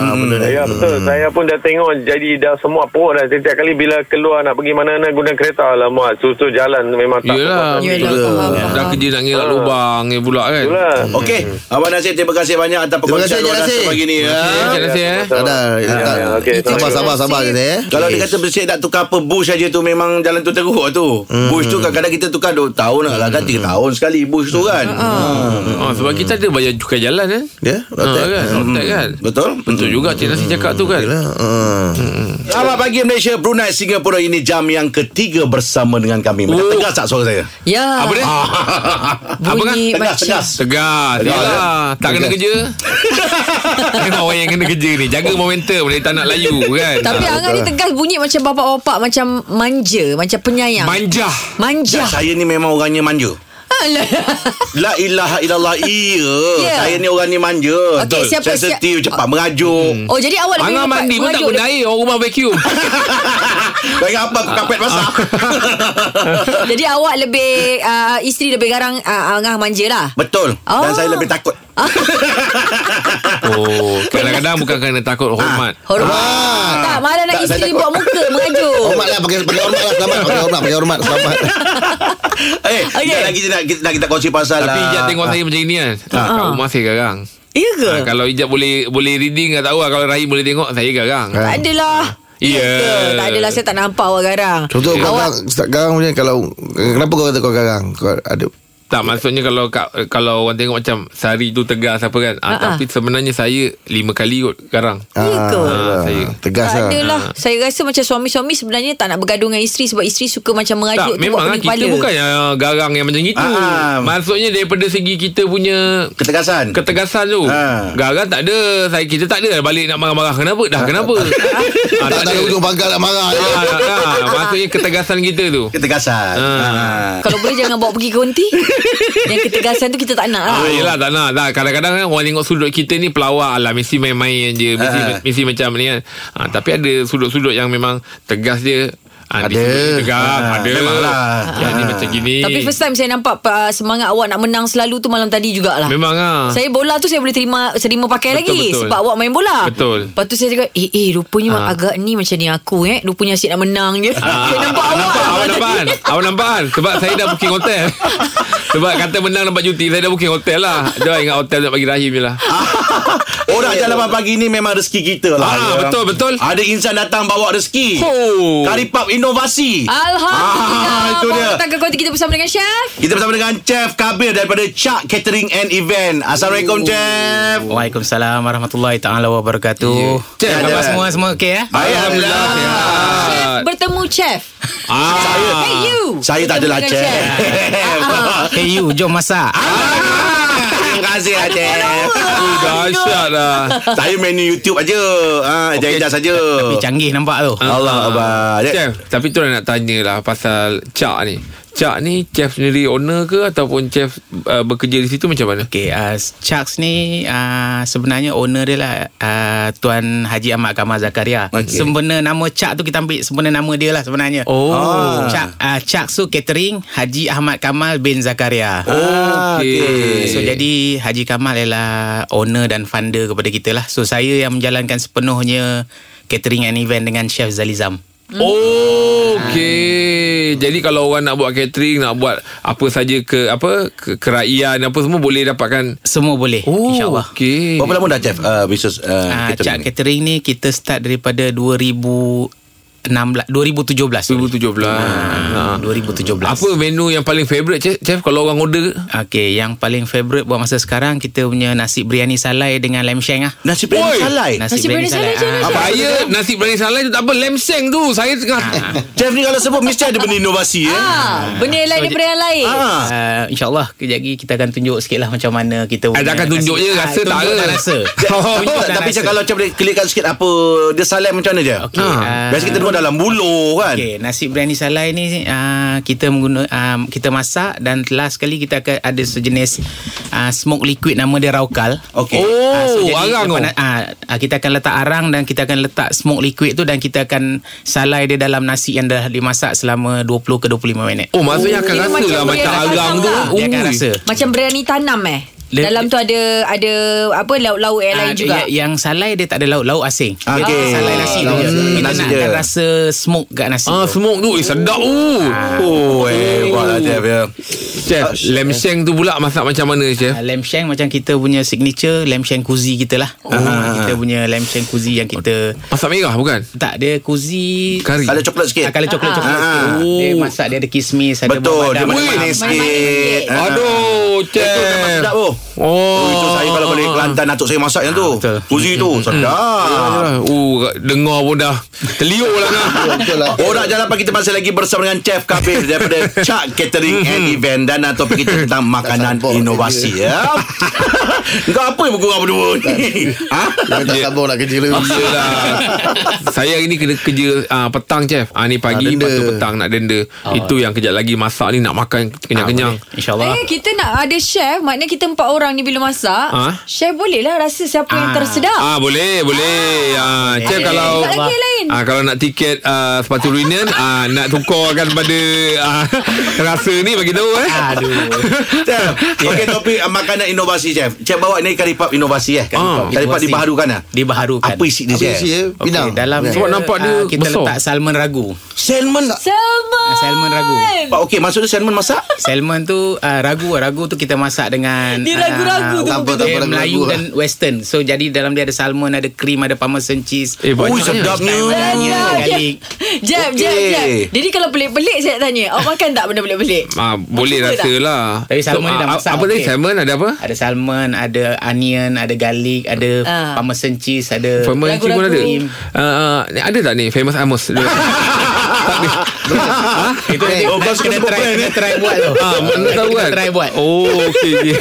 [SPEAKER 8] Ya betul Saya pun dah tengok Jadi dah semua perut dah Setiap kali bila keluar Nak pergi mana-mana Guna kereta Alamak Susu jalan Memang tak
[SPEAKER 4] Yelah.
[SPEAKER 3] Yelah, faham, faham.
[SPEAKER 4] Dah kerja nak
[SPEAKER 8] Ah.
[SPEAKER 4] ngelak lubang ni pula kan.
[SPEAKER 8] Itulah
[SPEAKER 2] Okey, Abang Nasir terima kasih banyak atas perkongsian
[SPEAKER 5] kasih, Cik
[SPEAKER 2] luar dasar
[SPEAKER 5] Nasir.
[SPEAKER 2] pagi ni. ya.
[SPEAKER 4] Eh, Cik Nasir eh.
[SPEAKER 5] Tak ada.
[SPEAKER 8] Ya,
[SPEAKER 5] tak.
[SPEAKER 8] ya, okey,
[SPEAKER 5] sabar,
[SPEAKER 8] terima
[SPEAKER 5] sabar, sabar je ni eh.
[SPEAKER 2] Kalau dia kata Cik nak tukar apa Bush aja tu Memang jalan tu teruk tu
[SPEAKER 3] Hmm.
[SPEAKER 2] Bush tu kadang-kadang kita tukar 2 tahun lah kan 3 tahun sekali Bush tu kan
[SPEAKER 4] Ah, sebab kita ada bayar cukai jalan eh.
[SPEAKER 5] Ya,
[SPEAKER 4] Ha,
[SPEAKER 5] tak.
[SPEAKER 4] kan?
[SPEAKER 8] Hmm.
[SPEAKER 4] Otak kan.
[SPEAKER 2] Ha, Betul? Hmm.
[SPEAKER 4] Betul juga Cik Nasir cakap tu kan.
[SPEAKER 5] Yalah. ah.
[SPEAKER 2] Selamat pagi Malaysia Brunei Singapura Ini jam yang ketiga bersama dengan kami Macam
[SPEAKER 4] Oh.
[SPEAKER 2] tegas tak suara saya?
[SPEAKER 3] Ya.
[SPEAKER 4] Apa dia?
[SPEAKER 8] Ah.
[SPEAKER 4] kan?
[SPEAKER 3] Bunyi
[SPEAKER 2] (laughs) Tegas,
[SPEAKER 3] macam.
[SPEAKER 2] tegas
[SPEAKER 4] Tegas
[SPEAKER 8] eh?
[SPEAKER 4] Yelah Tak kena kerja (laughs) Memang orang yang kena kerja ni Jaga momentum Dia tak nak layu kan
[SPEAKER 3] Tapi Angah ni tegas bunyi macam bapak-bapak Macam manja Macam penyayang
[SPEAKER 4] Manjah
[SPEAKER 3] Manja Lah.
[SPEAKER 2] Saya ni memang orangnya manja
[SPEAKER 3] (laughs) Alah.
[SPEAKER 2] La ilaha illallah Iya
[SPEAKER 3] (laughs) Ya.
[SPEAKER 2] Saya ni orang ni manja
[SPEAKER 3] Okey, siapa-
[SPEAKER 2] Sensitif Cepat merajuk
[SPEAKER 3] Oh jadi awak lebih
[SPEAKER 4] Angah
[SPEAKER 3] dapat
[SPEAKER 4] mandi pun tak
[SPEAKER 3] merajuk
[SPEAKER 4] guna air Orang rumah
[SPEAKER 3] (laughs)
[SPEAKER 4] vacuum
[SPEAKER 2] (laughs) Bagi apa aku kapet basah
[SPEAKER 3] Jadi awak lebih uh, Isteri lebih garang uh, Angah manja lah
[SPEAKER 2] Betul Dan
[SPEAKER 3] Oh.
[SPEAKER 2] saya lebih takut
[SPEAKER 4] Oh Kadang-kadang bukan kerana takut Hormat
[SPEAKER 3] Hormat
[SPEAKER 4] Ah.
[SPEAKER 3] Tak malah
[SPEAKER 2] Tak,
[SPEAKER 3] nak
[SPEAKER 2] saya
[SPEAKER 3] isteri
[SPEAKER 2] takut.
[SPEAKER 3] buat muka
[SPEAKER 4] (laughs)
[SPEAKER 3] Merajuk
[SPEAKER 5] Hormat lah pakai pakai hormat lah selamat pakai hormat pakai hormat selamat.
[SPEAKER 2] Eh
[SPEAKER 3] Okey.
[SPEAKER 2] okay. lagi kita nak, kita, nak kita kongsi pasal
[SPEAKER 4] Tapi
[SPEAKER 2] ah,
[SPEAKER 4] Ijat tengok
[SPEAKER 2] ah,
[SPEAKER 4] saya macam ni kan ha. Kat rumah saya garang
[SPEAKER 3] Iya ke?
[SPEAKER 4] ha, Kalau Ijat boleh Boleh reading tak tahu lah Kalau Rahim boleh tengok Saya garang
[SPEAKER 3] Tak adalah
[SPEAKER 4] Ya.
[SPEAKER 3] Ke? Tak adalah saya tak nampak awak garang
[SPEAKER 5] Contoh kau
[SPEAKER 3] Awak
[SPEAKER 5] garang start garang punya kalau kenapa kau kata kau garang? Kau ada
[SPEAKER 4] Tak maksudnya kalau kat, Kalau orang tengok macam Sari tu tegas apa kan ha,
[SPEAKER 3] Ha-ha.
[SPEAKER 4] Tapi sebenarnya saya Lima kali kot garang
[SPEAKER 3] ke?
[SPEAKER 5] ah,
[SPEAKER 4] saya.
[SPEAKER 5] tegas
[SPEAKER 3] tak
[SPEAKER 5] lah.
[SPEAKER 3] adalah Saya rasa macam suami-suami Sebenarnya tak nak bergaduh dengan isteri Sebab isteri suka macam
[SPEAKER 4] Tak,
[SPEAKER 3] merajuk tu buat
[SPEAKER 4] memang lah
[SPEAKER 3] pening
[SPEAKER 4] kita
[SPEAKER 3] kepala.
[SPEAKER 4] bukan yang garang yang macam itu.
[SPEAKER 2] Ah.
[SPEAKER 4] Maksudnya daripada segi kita punya
[SPEAKER 2] Ketegasan
[SPEAKER 4] ketegasan tu.
[SPEAKER 2] Ah.
[SPEAKER 4] Garang tak ada. Saya kita tak ada balik nak marah-marah kenapa? Dah (laughs) kenapa? ah,
[SPEAKER 5] Tak tak ada ujung pangkal nak marah. ya. je.
[SPEAKER 4] Ah, ah, (laughs) maksudnya ketegasan kita tu.
[SPEAKER 2] Ketegasan
[SPEAKER 4] Ah.
[SPEAKER 2] ah.
[SPEAKER 4] (laughs)
[SPEAKER 3] Kalau boleh jangan bawa pergi ke konti Yang ketegasan tu kita tak nak lah
[SPEAKER 4] Ah, yelah tak nak tak. Kadang-kadang kan orang tengok sudut kita ni pelawak lah Mesti main-main je Mesti,
[SPEAKER 2] Ah.
[SPEAKER 4] mesti macam ni kan ah, Tapi ada sudut-sudut yang memang tegas dia ah, di
[SPEAKER 5] Ada.
[SPEAKER 4] sini tegas
[SPEAKER 2] Ah,
[SPEAKER 4] Ada
[SPEAKER 2] memanglah.
[SPEAKER 4] Yang ni
[SPEAKER 2] Ah.
[SPEAKER 4] macam gini
[SPEAKER 3] Tapi first time saya nampak uh, Semangat awak nak menang selalu tu Malam tadi jugalah
[SPEAKER 4] Memang lah
[SPEAKER 3] Saya bola tu saya boleh terima terima
[SPEAKER 4] Betul,
[SPEAKER 3] pakai lagi
[SPEAKER 4] betul.
[SPEAKER 3] sebab awak main bola.
[SPEAKER 4] Betul.
[SPEAKER 3] Lepas tu saya cakap, "Eh eh rupanya
[SPEAKER 4] Ah.
[SPEAKER 3] ha. agak ni macam ni aku eh. Rupanya asyik nak menang je." (laughs) saya nampak awak.
[SPEAKER 4] Nampak, Ah, awak
[SPEAKER 3] tadi.
[SPEAKER 4] nampak kan? Awak nampak kan? Sebab saya dah booking
[SPEAKER 3] (laughs)
[SPEAKER 4] hotel. Sebab kata menang dapat cuti, saya dah booking hotel lah. Jangan ingat hotel nak bagi rahim je lah.
[SPEAKER 2] Orang jalan pagi ni memang rezeki kita lah.
[SPEAKER 4] Ah,
[SPEAKER 2] ya.
[SPEAKER 4] betul, betul.
[SPEAKER 2] Ada insan datang bawa rezeki.
[SPEAKER 4] Oh.
[SPEAKER 2] Karipap inovasi.
[SPEAKER 3] Alhamdulillah.
[SPEAKER 2] Ah, itu dia.
[SPEAKER 3] Datang ke kota kita bersama dengan chef.
[SPEAKER 2] Kita bersama dengan Chef Kabir daripada Chak Catering and Event. Assalamualaikum, Chef.
[SPEAKER 8] Waalaikumsalam warahmatullahi taala wabarakatuh.
[SPEAKER 2] Cik,
[SPEAKER 8] Apa
[SPEAKER 2] Oh. ada.
[SPEAKER 8] semua semua okey ya?
[SPEAKER 2] Alhamdulillah.
[SPEAKER 3] Chef bertemu chef.
[SPEAKER 2] Ah, saya,
[SPEAKER 3] Hey you.
[SPEAKER 2] saya tak adalah
[SPEAKER 3] Bertemu
[SPEAKER 2] Chef. Ah,
[SPEAKER 3] dengan
[SPEAKER 8] (laughs)
[SPEAKER 2] (laughs)
[SPEAKER 8] Hey you, jom masak.
[SPEAKER 2] Terima kasih, ah, Chef.
[SPEAKER 4] Oh, dahsyat lah.
[SPEAKER 2] Saya main YouTube aja. Ah, okay. Edah saja.
[SPEAKER 8] Tapi canggih Eh, nampak tu.
[SPEAKER 2] Allah Abah.
[SPEAKER 4] Ah, Chef, tapi tu nak tanya lah pasal Cak ni. Cak ni chef sendiri owner ke ataupun chef uh, bekerja di situ macam mana?
[SPEAKER 8] Okey, uh, Chucks ni uh, sebenarnya owner dia lah uh, Tuan Haji Ahmad Kamal Zakaria.
[SPEAKER 2] Okey.
[SPEAKER 8] Sempena nama Chuck tu kita ambil sempena nama dia lah sebenarnya.
[SPEAKER 4] Oh.
[SPEAKER 8] Ah. Chuck, uh, Chucks tu catering Haji Ahmad Kamal bin Zakaria.
[SPEAKER 4] Ah, Okey.
[SPEAKER 8] Eh, So jadi Haji Kamal ialah owner dan funder kepada kita lah. So saya yang menjalankan sepenuhnya catering and event dengan Chef Zalizam.
[SPEAKER 4] Hmm. Oh, Okey. Jadi kalau orang nak buat catering, nak buat apa saja ke apa ke, keraian apa semua boleh dapatkan.
[SPEAKER 8] Semua boleh
[SPEAKER 4] Oh,
[SPEAKER 8] InsyaAllah
[SPEAKER 4] Okey.
[SPEAKER 2] Berapa lama dah Chef uh, bisnes uh,
[SPEAKER 8] Ah,
[SPEAKER 2] catering?
[SPEAKER 8] Cak catering ni kita start daripada 2016 2017 sorry.
[SPEAKER 4] 2017.
[SPEAKER 8] Ah,
[SPEAKER 4] Ha.
[SPEAKER 8] 2017
[SPEAKER 4] Apa menu yang paling favourite chef, chef kalau orang order?
[SPEAKER 8] Okey, yang paling favorite buat masa sekarang kita punya nasi biryani salai dengan lamb shank ah.
[SPEAKER 2] Nasi pelan salai.
[SPEAKER 3] Nasi biryani salai macam mana,
[SPEAKER 8] ah.
[SPEAKER 3] Chef?
[SPEAKER 4] Saya nasi berani salai tu tak apa lem seng tu. Saya tengah
[SPEAKER 2] Chef ni kalau sebut mesti ada benda inovasi eh.
[SPEAKER 3] Ah, benda yang lain daripada yang lain.
[SPEAKER 2] Ah.
[SPEAKER 8] Uh, InsyaAllah Kejap lagi kita akan tunjuk sikit lah Macam mana kita
[SPEAKER 4] Ah,
[SPEAKER 8] punya
[SPEAKER 4] dah akan
[SPEAKER 8] nasi-
[SPEAKER 4] tunjuk je,
[SPEAKER 8] Ah,
[SPEAKER 4] rasa tak
[SPEAKER 8] tunjuk
[SPEAKER 4] ke?
[SPEAKER 8] dan rasa
[SPEAKER 2] Oh,
[SPEAKER 8] Tunjuk dan
[SPEAKER 2] tapi
[SPEAKER 8] rasa.
[SPEAKER 2] Chef kalau Chef boleh clearkan sikit apa dia salai macam mana je?
[SPEAKER 8] Okey, ah.
[SPEAKER 2] Biasa kita dengar dalam buluh kan.
[SPEAKER 8] Okey, nasi biryani salai ni uh, kita mengguna uh, kita masak dan last kali kita akan ada sejenis uh, smoke liquid nama dia raukal.
[SPEAKER 2] Okey.
[SPEAKER 8] Ah,
[SPEAKER 4] Oh,
[SPEAKER 8] jadi
[SPEAKER 4] arang
[SPEAKER 8] lepas
[SPEAKER 4] tu.
[SPEAKER 8] na- ah, ah, kita akan letak arang dan kita akan letak smoke liquid tu dan kita akan salai dia dalam nasi yang dah dimasak selama 20 ke 25 minit.
[SPEAKER 4] Oh maksudnya akan
[SPEAKER 3] Kira
[SPEAKER 4] rasa
[SPEAKER 3] macam
[SPEAKER 4] lah
[SPEAKER 3] boleh
[SPEAKER 4] macam
[SPEAKER 3] rasa
[SPEAKER 4] arang tu.
[SPEAKER 3] lah.
[SPEAKER 8] Dia akan
[SPEAKER 4] Ui.
[SPEAKER 8] rasa.
[SPEAKER 3] Macam biryani tanam eh.
[SPEAKER 8] Le-
[SPEAKER 3] Dalam tu ada ada apa lauk-lauk yang lain
[SPEAKER 8] Ah,
[SPEAKER 3] juga.
[SPEAKER 8] ya- Yang salai dia tak ada lauk, lauk asing. Dia
[SPEAKER 2] Okey.
[SPEAKER 8] Salai nasi tu.
[SPEAKER 2] Lauk
[SPEAKER 8] je.
[SPEAKER 2] asing.
[SPEAKER 8] Kita
[SPEAKER 2] Hmm, Nasi
[SPEAKER 8] nak
[SPEAKER 2] dia.
[SPEAKER 8] akan rasa smoke kat nasi.
[SPEAKER 4] Ah
[SPEAKER 8] tu.
[SPEAKER 4] smoke tu eh, sedap oh.
[SPEAKER 2] Oh, hebat lah Chef ya.
[SPEAKER 4] Chef, lem seng tu pula masak macam mana chef?
[SPEAKER 7] Ah,
[SPEAKER 8] Uh, lamb shank macam kita punya signature lamb shank kuzi kita lah. Oh. kita punya lamb shank kuzi yang kita
[SPEAKER 4] Masak merah bukan?
[SPEAKER 8] tak dia kuzi
[SPEAKER 4] Kari.
[SPEAKER 2] Ada coklat sikit.
[SPEAKER 8] Ah, kalau coklat coklat.
[SPEAKER 2] Ah.
[SPEAKER 8] sikit.
[SPEAKER 4] Oh.
[SPEAKER 8] Dia masak dia ada kismis, ada
[SPEAKER 2] Betul, dia
[SPEAKER 8] bermadam.
[SPEAKER 2] manis sikit. Ah.
[SPEAKER 4] Aduh,
[SPEAKER 2] Itu memang
[SPEAKER 4] chef.
[SPEAKER 2] sedap oh.
[SPEAKER 4] Oh,
[SPEAKER 2] Oh, itu saya kalau balik Kelantan Datuk saya masak yang tu.
[SPEAKER 8] Ah, betul. Hmm,
[SPEAKER 2] Kuzi tu sedap.
[SPEAKER 4] Ah, uh, dengar pun dah terliur lah kan.
[SPEAKER 5] Betul lah
[SPEAKER 2] Orang Oh, jalan pagi kita masih lagi bersama dengan Chef Kabir daripada Chak Catering and Event dan ah, topik kita tentang makanan
[SPEAKER 5] sambung
[SPEAKER 2] inovasi ya. Kau apa yang bergurau berdua ni? ha?
[SPEAKER 5] Dia tak sabar nak kerja lagi
[SPEAKER 4] Yelah. Saya hari ni kena kerja uh, petang chef. Ah ni pagi
[SPEAKER 5] Ah, denda.
[SPEAKER 4] lepas tu petang nak denda. Oh. Itu yang kejap lagi masak ni nak makan kenyang-kenyang.
[SPEAKER 8] InsyaAllah.
[SPEAKER 3] Eh kita nak ada chef Maknanya kita empat orang ni Bila masak
[SPEAKER 4] Ah.
[SPEAKER 3] Chef boleh lah Rasa siapa yang
[SPEAKER 8] Ah.
[SPEAKER 3] tersedap
[SPEAKER 4] Ah boleh boleh. Ah, chef
[SPEAKER 8] Eh,
[SPEAKER 4] kalau
[SPEAKER 3] tak lagi yang lain.
[SPEAKER 4] Ah kalau nak tiket ah, sepatu reunion ah nak tukarkan pada ah, (laughs) rasa ni bagi tahu eh.
[SPEAKER 8] Aduh.
[SPEAKER 2] Chef, okey topik ah, makanan inovasi Chef. Chef bawa ni karipap inovasi eh. Karipap,
[SPEAKER 4] Ah.
[SPEAKER 2] karipap
[SPEAKER 8] Inovasi.
[SPEAKER 2] dibaharukan ah.
[SPEAKER 8] Dibaharukan.
[SPEAKER 2] Apa isi dia
[SPEAKER 5] Apa
[SPEAKER 2] Chef?
[SPEAKER 5] isi ya
[SPEAKER 8] Okey,
[SPEAKER 5] Pinang
[SPEAKER 8] dalam
[SPEAKER 4] Sebab nampak dia
[SPEAKER 8] ah, kita
[SPEAKER 4] besar.
[SPEAKER 8] letak salmon ragu.
[SPEAKER 2] Salmon.
[SPEAKER 3] Salmon
[SPEAKER 8] Ah, Salmon ragu.
[SPEAKER 2] Pak okey, maksudnya salmon masak?
[SPEAKER 8] Salmon tu ah, ragu, ragu tu kita masak dengan
[SPEAKER 3] Dia ragu-ragu
[SPEAKER 8] ah,
[SPEAKER 3] tu.
[SPEAKER 5] Tanpa- tanpa
[SPEAKER 8] Dia
[SPEAKER 5] ragu-ragu
[SPEAKER 8] Melayu
[SPEAKER 5] lah.
[SPEAKER 8] dan western. So jadi dalam dia ada salmon, ada cream, ada parmesan cheese.
[SPEAKER 4] Eh,
[SPEAKER 2] Ui,
[SPEAKER 4] banyak
[SPEAKER 2] sedapnya.
[SPEAKER 8] Banyak
[SPEAKER 3] Sedap,
[SPEAKER 8] kali.
[SPEAKER 3] Jeb Jeb
[SPEAKER 2] Okey.
[SPEAKER 3] Jeb Jeb Jadi kalau pelik-pelik Saya nak tanya Awak makan tak benda pelik-pelik
[SPEAKER 4] Ah boleh
[SPEAKER 3] Cuba
[SPEAKER 4] rasa
[SPEAKER 3] tak?
[SPEAKER 4] lah.
[SPEAKER 8] Tapi salmon ni dah
[SPEAKER 4] ah,
[SPEAKER 8] masak,
[SPEAKER 4] Apa tadi
[SPEAKER 8] okey.
[SPEAKER 4] salmon ada apa?
[SPEAKER 8] Ada salmon, ada onion, ada garlic, ada
[SPEAKER 3] Ah.
[SPEAKER 8] parmesan cheese, ada
[SPEAKER 4] Famous Ah,
[SPEAKER 3] Ragu-ragu.
[SPEAKER 4] cikgu
[SPEAKER 8] (laughs)
[SPEAKER 4] ada uh, Ada tak ni Famous Amos Tak ada.
[SPEAKER 2] Ha?
[SPEAKER 8] Itu nanti
[SPEAKER 2] Oh, kau suka
[SPEAKER 8] kita
[SPEAKER 2] sebut
[SPEAKER 8] try,
[SPEAKER 2] brand,
[SPEAKER 8] kita
[SPEAKER 2] eh?
[SPEAKER 8] try buat tu.
[SPEAKER 4] Ah, mana tahu
[SPEAKER 8] Kita
[SPEAKER 4] kan?
[SPEAKER 8] try buat.
[SPEAKER 4] Oh, okey okey.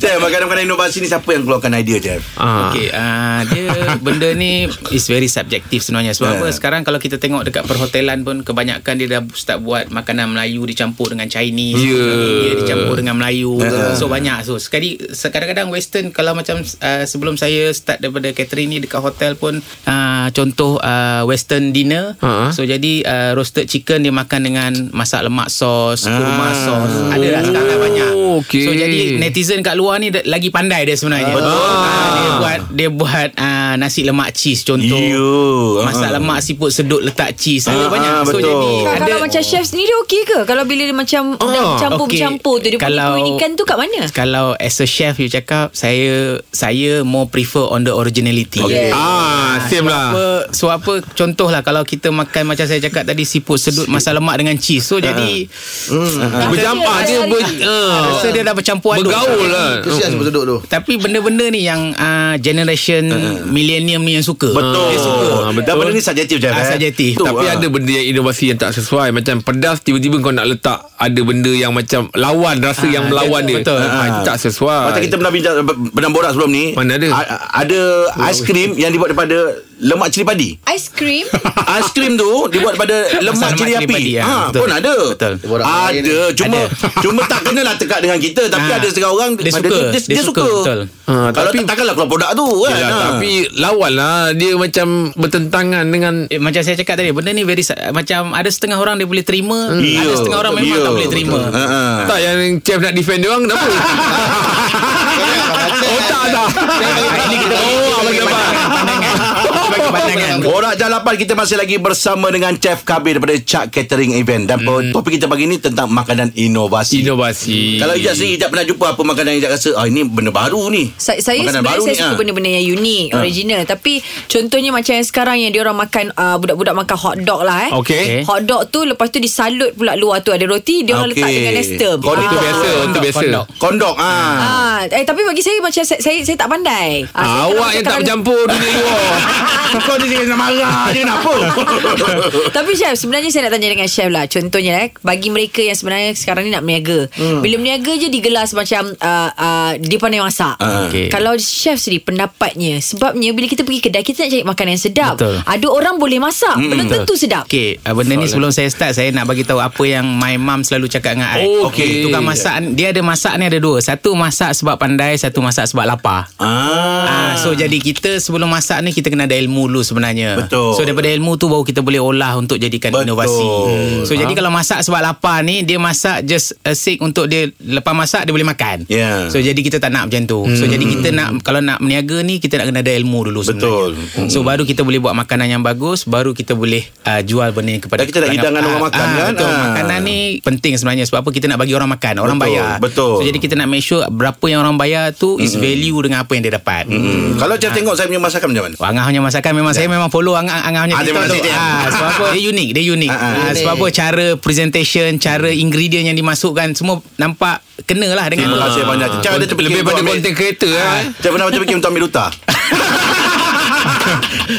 [SPEAKER 2] Jam, makanan-makanan inovasi ni siapa yang keluarkan idea, Jam?
[SPEAKER 4] Ah.
[SPEAKER 8] (laughs) Okey, uh, dia benda ni is very subjective sebenarnya. Sebab
[SPEAKER 2] Yeah.
[SPEAKER 8] yeah. apa? Sekarang kalau kita tengok dekat perhotelan pun kebanyakan dia dah start buat makanan Melayu dicampur dengan Chinese,
[SPEAKER 4] Yeah.
[SPEAKER 8] India dicampur dengan Melayu. So banyak. So sekali kadang-kadang western kalau macam uh, sebelum saya start daripada catering ni dekat hotel pun uh, contoh uh, western dinner.
[SPEAKER 4] Ha.
[SPEAKER 8] So jadi uh, roasted chicken dia makan dengan masak lemak sos, kurma sos. Ada dah sekarang banyak.
[SPEAKER 4] okey.
[SPEAKER 8] So jadi netizen kat luar ni dah- lagi pandai dia sebenarnya. Betul. dia buat dia buat uh, nasi lemak cheese contoh.
[SPEAKER 2] Yo.
[SPEAKER 8] Masak lemak siput sedut letak cheese. Ada
[SPEAKER 2] Ah,
[SPEAKER 8] banyak.
[SPEAKER 2] ah,
[SPEAKER 8] so
[SPEAKER 2] betul.
[SPEAKER 8] jadi
[SPEAKER 3] Kak,
[SPEAKER 8] ada
[SPEAKER 3] kalau macam chef sendiri okey ke? Kalau bila dia macam
[SPEAKER 4] Ah,
[SPEAKER 3] oh, campur-campur tu, dia
[SPEAKER 8] Kalau-
[SPEAKER 3] punya keunikan tu kat mana?
[SPEAKER 8] Kalau as a chef you cakap saya saya more prefer on the originality.
[SPEAKER 2] Okey.
[SPEAKER 4] Ah, same lah.
[SPEAKER 8] Apa so apa contohlah kalau kita makan macam saya cakap tadi siput sedut masak lemak dengan cheese. So jadi
[SPEAKER 4] Bercampur
[SPEAKER 3] Rasa
[SPEAKER 4] Ah, dia
[SPEAKER 3] dia
[SPEAKER 4] ber,
[SPEAKER 3] rasa-
[SPEAKER 4] ah,
[SPEAKER 8] rasa dia dah bercampur aduk.
[SPEAKER 4] bergaul lah.
[SPEAKER 5] Kesian sebab duduk tu
[SPEAKER 8] Tapi benda-benda ni yang uh, generation millennium ni yang suka.
[SPEAKER 2] Ha, Betul.
[SPEAKER 8] Dia suka.
[SPEAKER 4] Ah, betul.
[SPEAKER 2] Dan Eh, benda ni subjektif, Jam. eh?
[SPEAKER 8] Ah, subjektif.
[SPEAKER 2] Tu,
[SPEAKER 4] Tapi
[SPEAKER 2] ah.
[SPEAKER 4] ada benda yang inovasi yang tak sesuai Macam pedas tiba-tiba kau nak letak Ada benda yang macam lawan Rasa
[SPEAKER 8] Ah,
[SPEAKER 4] yang melawan dia
[SPEAKER 8] betul.
[SPEAKER 4] Ah, Itu tak sesuai
[SPEAKER 2] Macam kita pernah bincang Pernah borak sebelum ni
[SPEAKER 4] Mana ada?
[SPEAKER 2] A- Ada aiskrim Yang dibuat daripada Lemak cili
[SPEAKER 8] (laughs)
[SPEAKER 2] padi
[SPEAKER 3] (laughs) Aiskrim?
[SPEAKER 2] Aiskrim tu Dibuat daripada Lemak
[SPEAKER 8] lemak
[SPEAKER 2] cili
[SPEAKER 8] cili padi,
[SPEAKER 2] api
[SPEAKER 8] ya.
[SPEAKER 2] ha,
[SPEAKER 8] Betul.
[SPEAKER 2] Pun ada
[SPEAKER 8] Betul.
[SPEAKER 5] Borak orang lain
[SPEAKER 2] Ada Cuma (laughs) Cuma tak kenalah tekat dengan kita Tapi
[SPEAKER 8] Ah.
[SPEAKER 2] ada setengah orang
[SPEAKER 8] Dia
[SPEAKER 2] pada
[SPEAKER 8] suka.
[SPEAKER 2] tu, Dia, dia, suka
[SPEAKER 8] betul.
[SPEAKER 4] Ah,
[SPEAKER 2] Kalau
[SPEAKER 4] tapi-
[SPEAKER 2] tak takkanlah keluar produk tu kan
[SPEAKER 4] Yelah,
[SPEAKER 2] Ah.
[SPEAKER 4] Tapi lawan lah Dia macam bertentangan dengan
[SPEAKER 8] Eh, macam saya cakap tadi benda ni very sa- macam ada setengah orang dia boleh terima ada
[SPEAKER 2] Yo,
[SPEAKER 8] setengah orang memang
[SPEAKER 2] yo.
[SPEAKER 8] tak boleh terima
[SPEAKER 2] Ah, ah.
[SPEAKER 4] Tak yang chef nak defend dia orang Kenapa Oh tak tak
[SPEAKER 8] ini kita oh
[SPEAKER 4] abang nampak.
[SPEAKER 8] pandangan Kita bagi pandangan
[SPEAKER 2] Borak Jalapan kita masih lagi bersama dengan Chef Kabir daripada Chak Catering Event dan hmm. topik kita pagi ni tentang makanan inovasi.
[SPEAKER 4] Inovasi
[SPEAKER 2] Kalau Ijaz sendiri Ijaz pernah jumpa Apa makanan Ijaz rasa ah, Ini benda baru ni
[SPEAKER 3] Saya, saya
[SPEAKER 2] Makanan
[SPEAKER 3] sebenarnya
[SPEAKER 2] baru
[SPEAKER 3] saya
[SPEAKER 2] ni,
[SPEAKER 3] suka
[SPEAKER 2] ah.
[SPEAKER 3] benda-benda yang unik, original. Tapi contohnya macam yang sekarang yang diorang makan, uh, budak-budak makan hot dog lah eh.
[SPEAKER 4] Okey.
[SPEAKER 8] Okey.
[SPEAKER 3] Hot dog tu lepas tu disalut pula luar tu ada roti, diorang
[SPEAKER 2] Okey.
[SPEAKER 3] letak dengan Ah. nestem.
[SPEAKER 2] Kau ni
[SPEAKER 4] Itu biasa Itu
[SPEAKER 8] Kondok,
[SPEAKER 4] biasa
[SPEAKER 8] kondok.
[SPEAKER 2] Kondok ah.
[SPEAKER 3] Ah, eh tapi bagi saya macam saya saya, saya tak pandai. Ah, saya
[SPEAKER 4] Ah,
[SPEAKER 3] kalau
[SPEAKER 4] Awak yang tak
[SPEAKER 3] cakap-
[SPEAKER 4] bercampur dunia luar
[SPEAKER 3] Ah.
[SPEAKER 2] Kau ni jangan marah Dia nak apa
[SPEAKER 3] Tapi chef Sebenarnya saya nak tanya dengan chef lah Contohnya eh Bagi mereka yang sebenarnya Sekarang ni nak berniaga hmm. Bila berniaga je digelas macam uh, uh, Dia pandai masak
[SPEAKER 2] Ah.
[SPEAKER 8] Okey.
[SPEAKER 3] Kalau chef sendiri Pendapatnya Sebabnya bila kita pergi kedai Kita nak cari makanan yang sedap
[SPEAKER 8] Betul.
[SPEAKER 3] Ada orang boleh masak hmm. Belum tentu sedap
[SPEAKER 8] Okey, uh, benda ni sebelum saya start saya nak bagi tahu apa yang my mom selalu cakap dengan I.
[SPEAKER 4] Oh, Okey.
[SPEAKER 8] tukang masak dia ada masak ni ada dua. Satu masak sebab pandai, satu masak sebab lapar.
[SPEAKER 2] (laughs) ah.
[SPEAKER 8] Ah, so jadi kita sebelum masak ni kita kena ada ilmu dulu sebenarnya.
[SPEAKER 2] Betul.
[SPEAKER 8] So daripada ilmu tu baru kita boleh olah untuk jadikan
[SPEAKER 2] Betul.
[SPEAKER 8] inovasi.
[SPEAKER 2] Hmm.
[SPEAKER 8] So jadi kalau masak sebab lapar ni dia masak just a sake untuk dia lepas masak dia boleh makan.
[SPEAKER 2] Yeah.
[SPEAKER 8] So jadi kita tak nak macam tu. So
[SPEAKER 2] Hmm.
[SPEAKER 8] jadi kita nak kalau nak meniaga ni kita nak kena ada ilmu dulu
[SPEAKER 2] Betul.
[SPEAKER 8] sebenarnya. So baru kita boleh buat makanan yang bagus, baru kita boleh uh, jual benda ni kepada
[SPEAKER 2] Dan kita nak hidangkan orang makan, kan?
[SPEAKER 8] Betul.
[SPEAKER 2] Ah.
[SPEAKER 8] Makanan ni penting sebenarnya sebab apa kita nak bagi orang makan, orang
[SPEAKER 2] Betul,
[SPEAKER 8] bayar.
[SPEAKER 2] betul.
[SPEAKER 8] So jadi kita nak make sure berapa yang orang bayar tu is value dengan apa yang dia dapat.
[SPEAKER 2] hmm. Kalau Ijaz tengok Saya punya masakan macam mana
[SPEAKER 8] Oh, Angah punya masakan memang saya memang follow Angah Angah punya
[SPEAKER 2] Ah, terima
[SPEAKER 8] TikTok
[SPEAKER 2] kasih,
[SPEAKER 8] tu.
[SPEAKER 2] Tim.
[SPEAKER 8] Ah, sebab apa dia unik, dia unik. Hmm.
[SPEAKER 2] Ah, ah.
[SPEAKER 8] Ah, sebab apa cara presentation, cara ingredient yang dimasukkan semua nampak kena lah dengan
[SPEAKER 2] Terima
[SPEAKER 8] tu.
[SPEAKER 2] kasih banyak Macam ada terfikir
[SPEAKER 4] Ah. Lebih
[SPEAKER 2] untuk
[SPEAKER 4] pada
[SPEAKER 2] ambil- Ah,
[SPEAKER 4] konten kereta lah
[SPEAKER 2] Macam pernah macam fikir Untuk ambil duta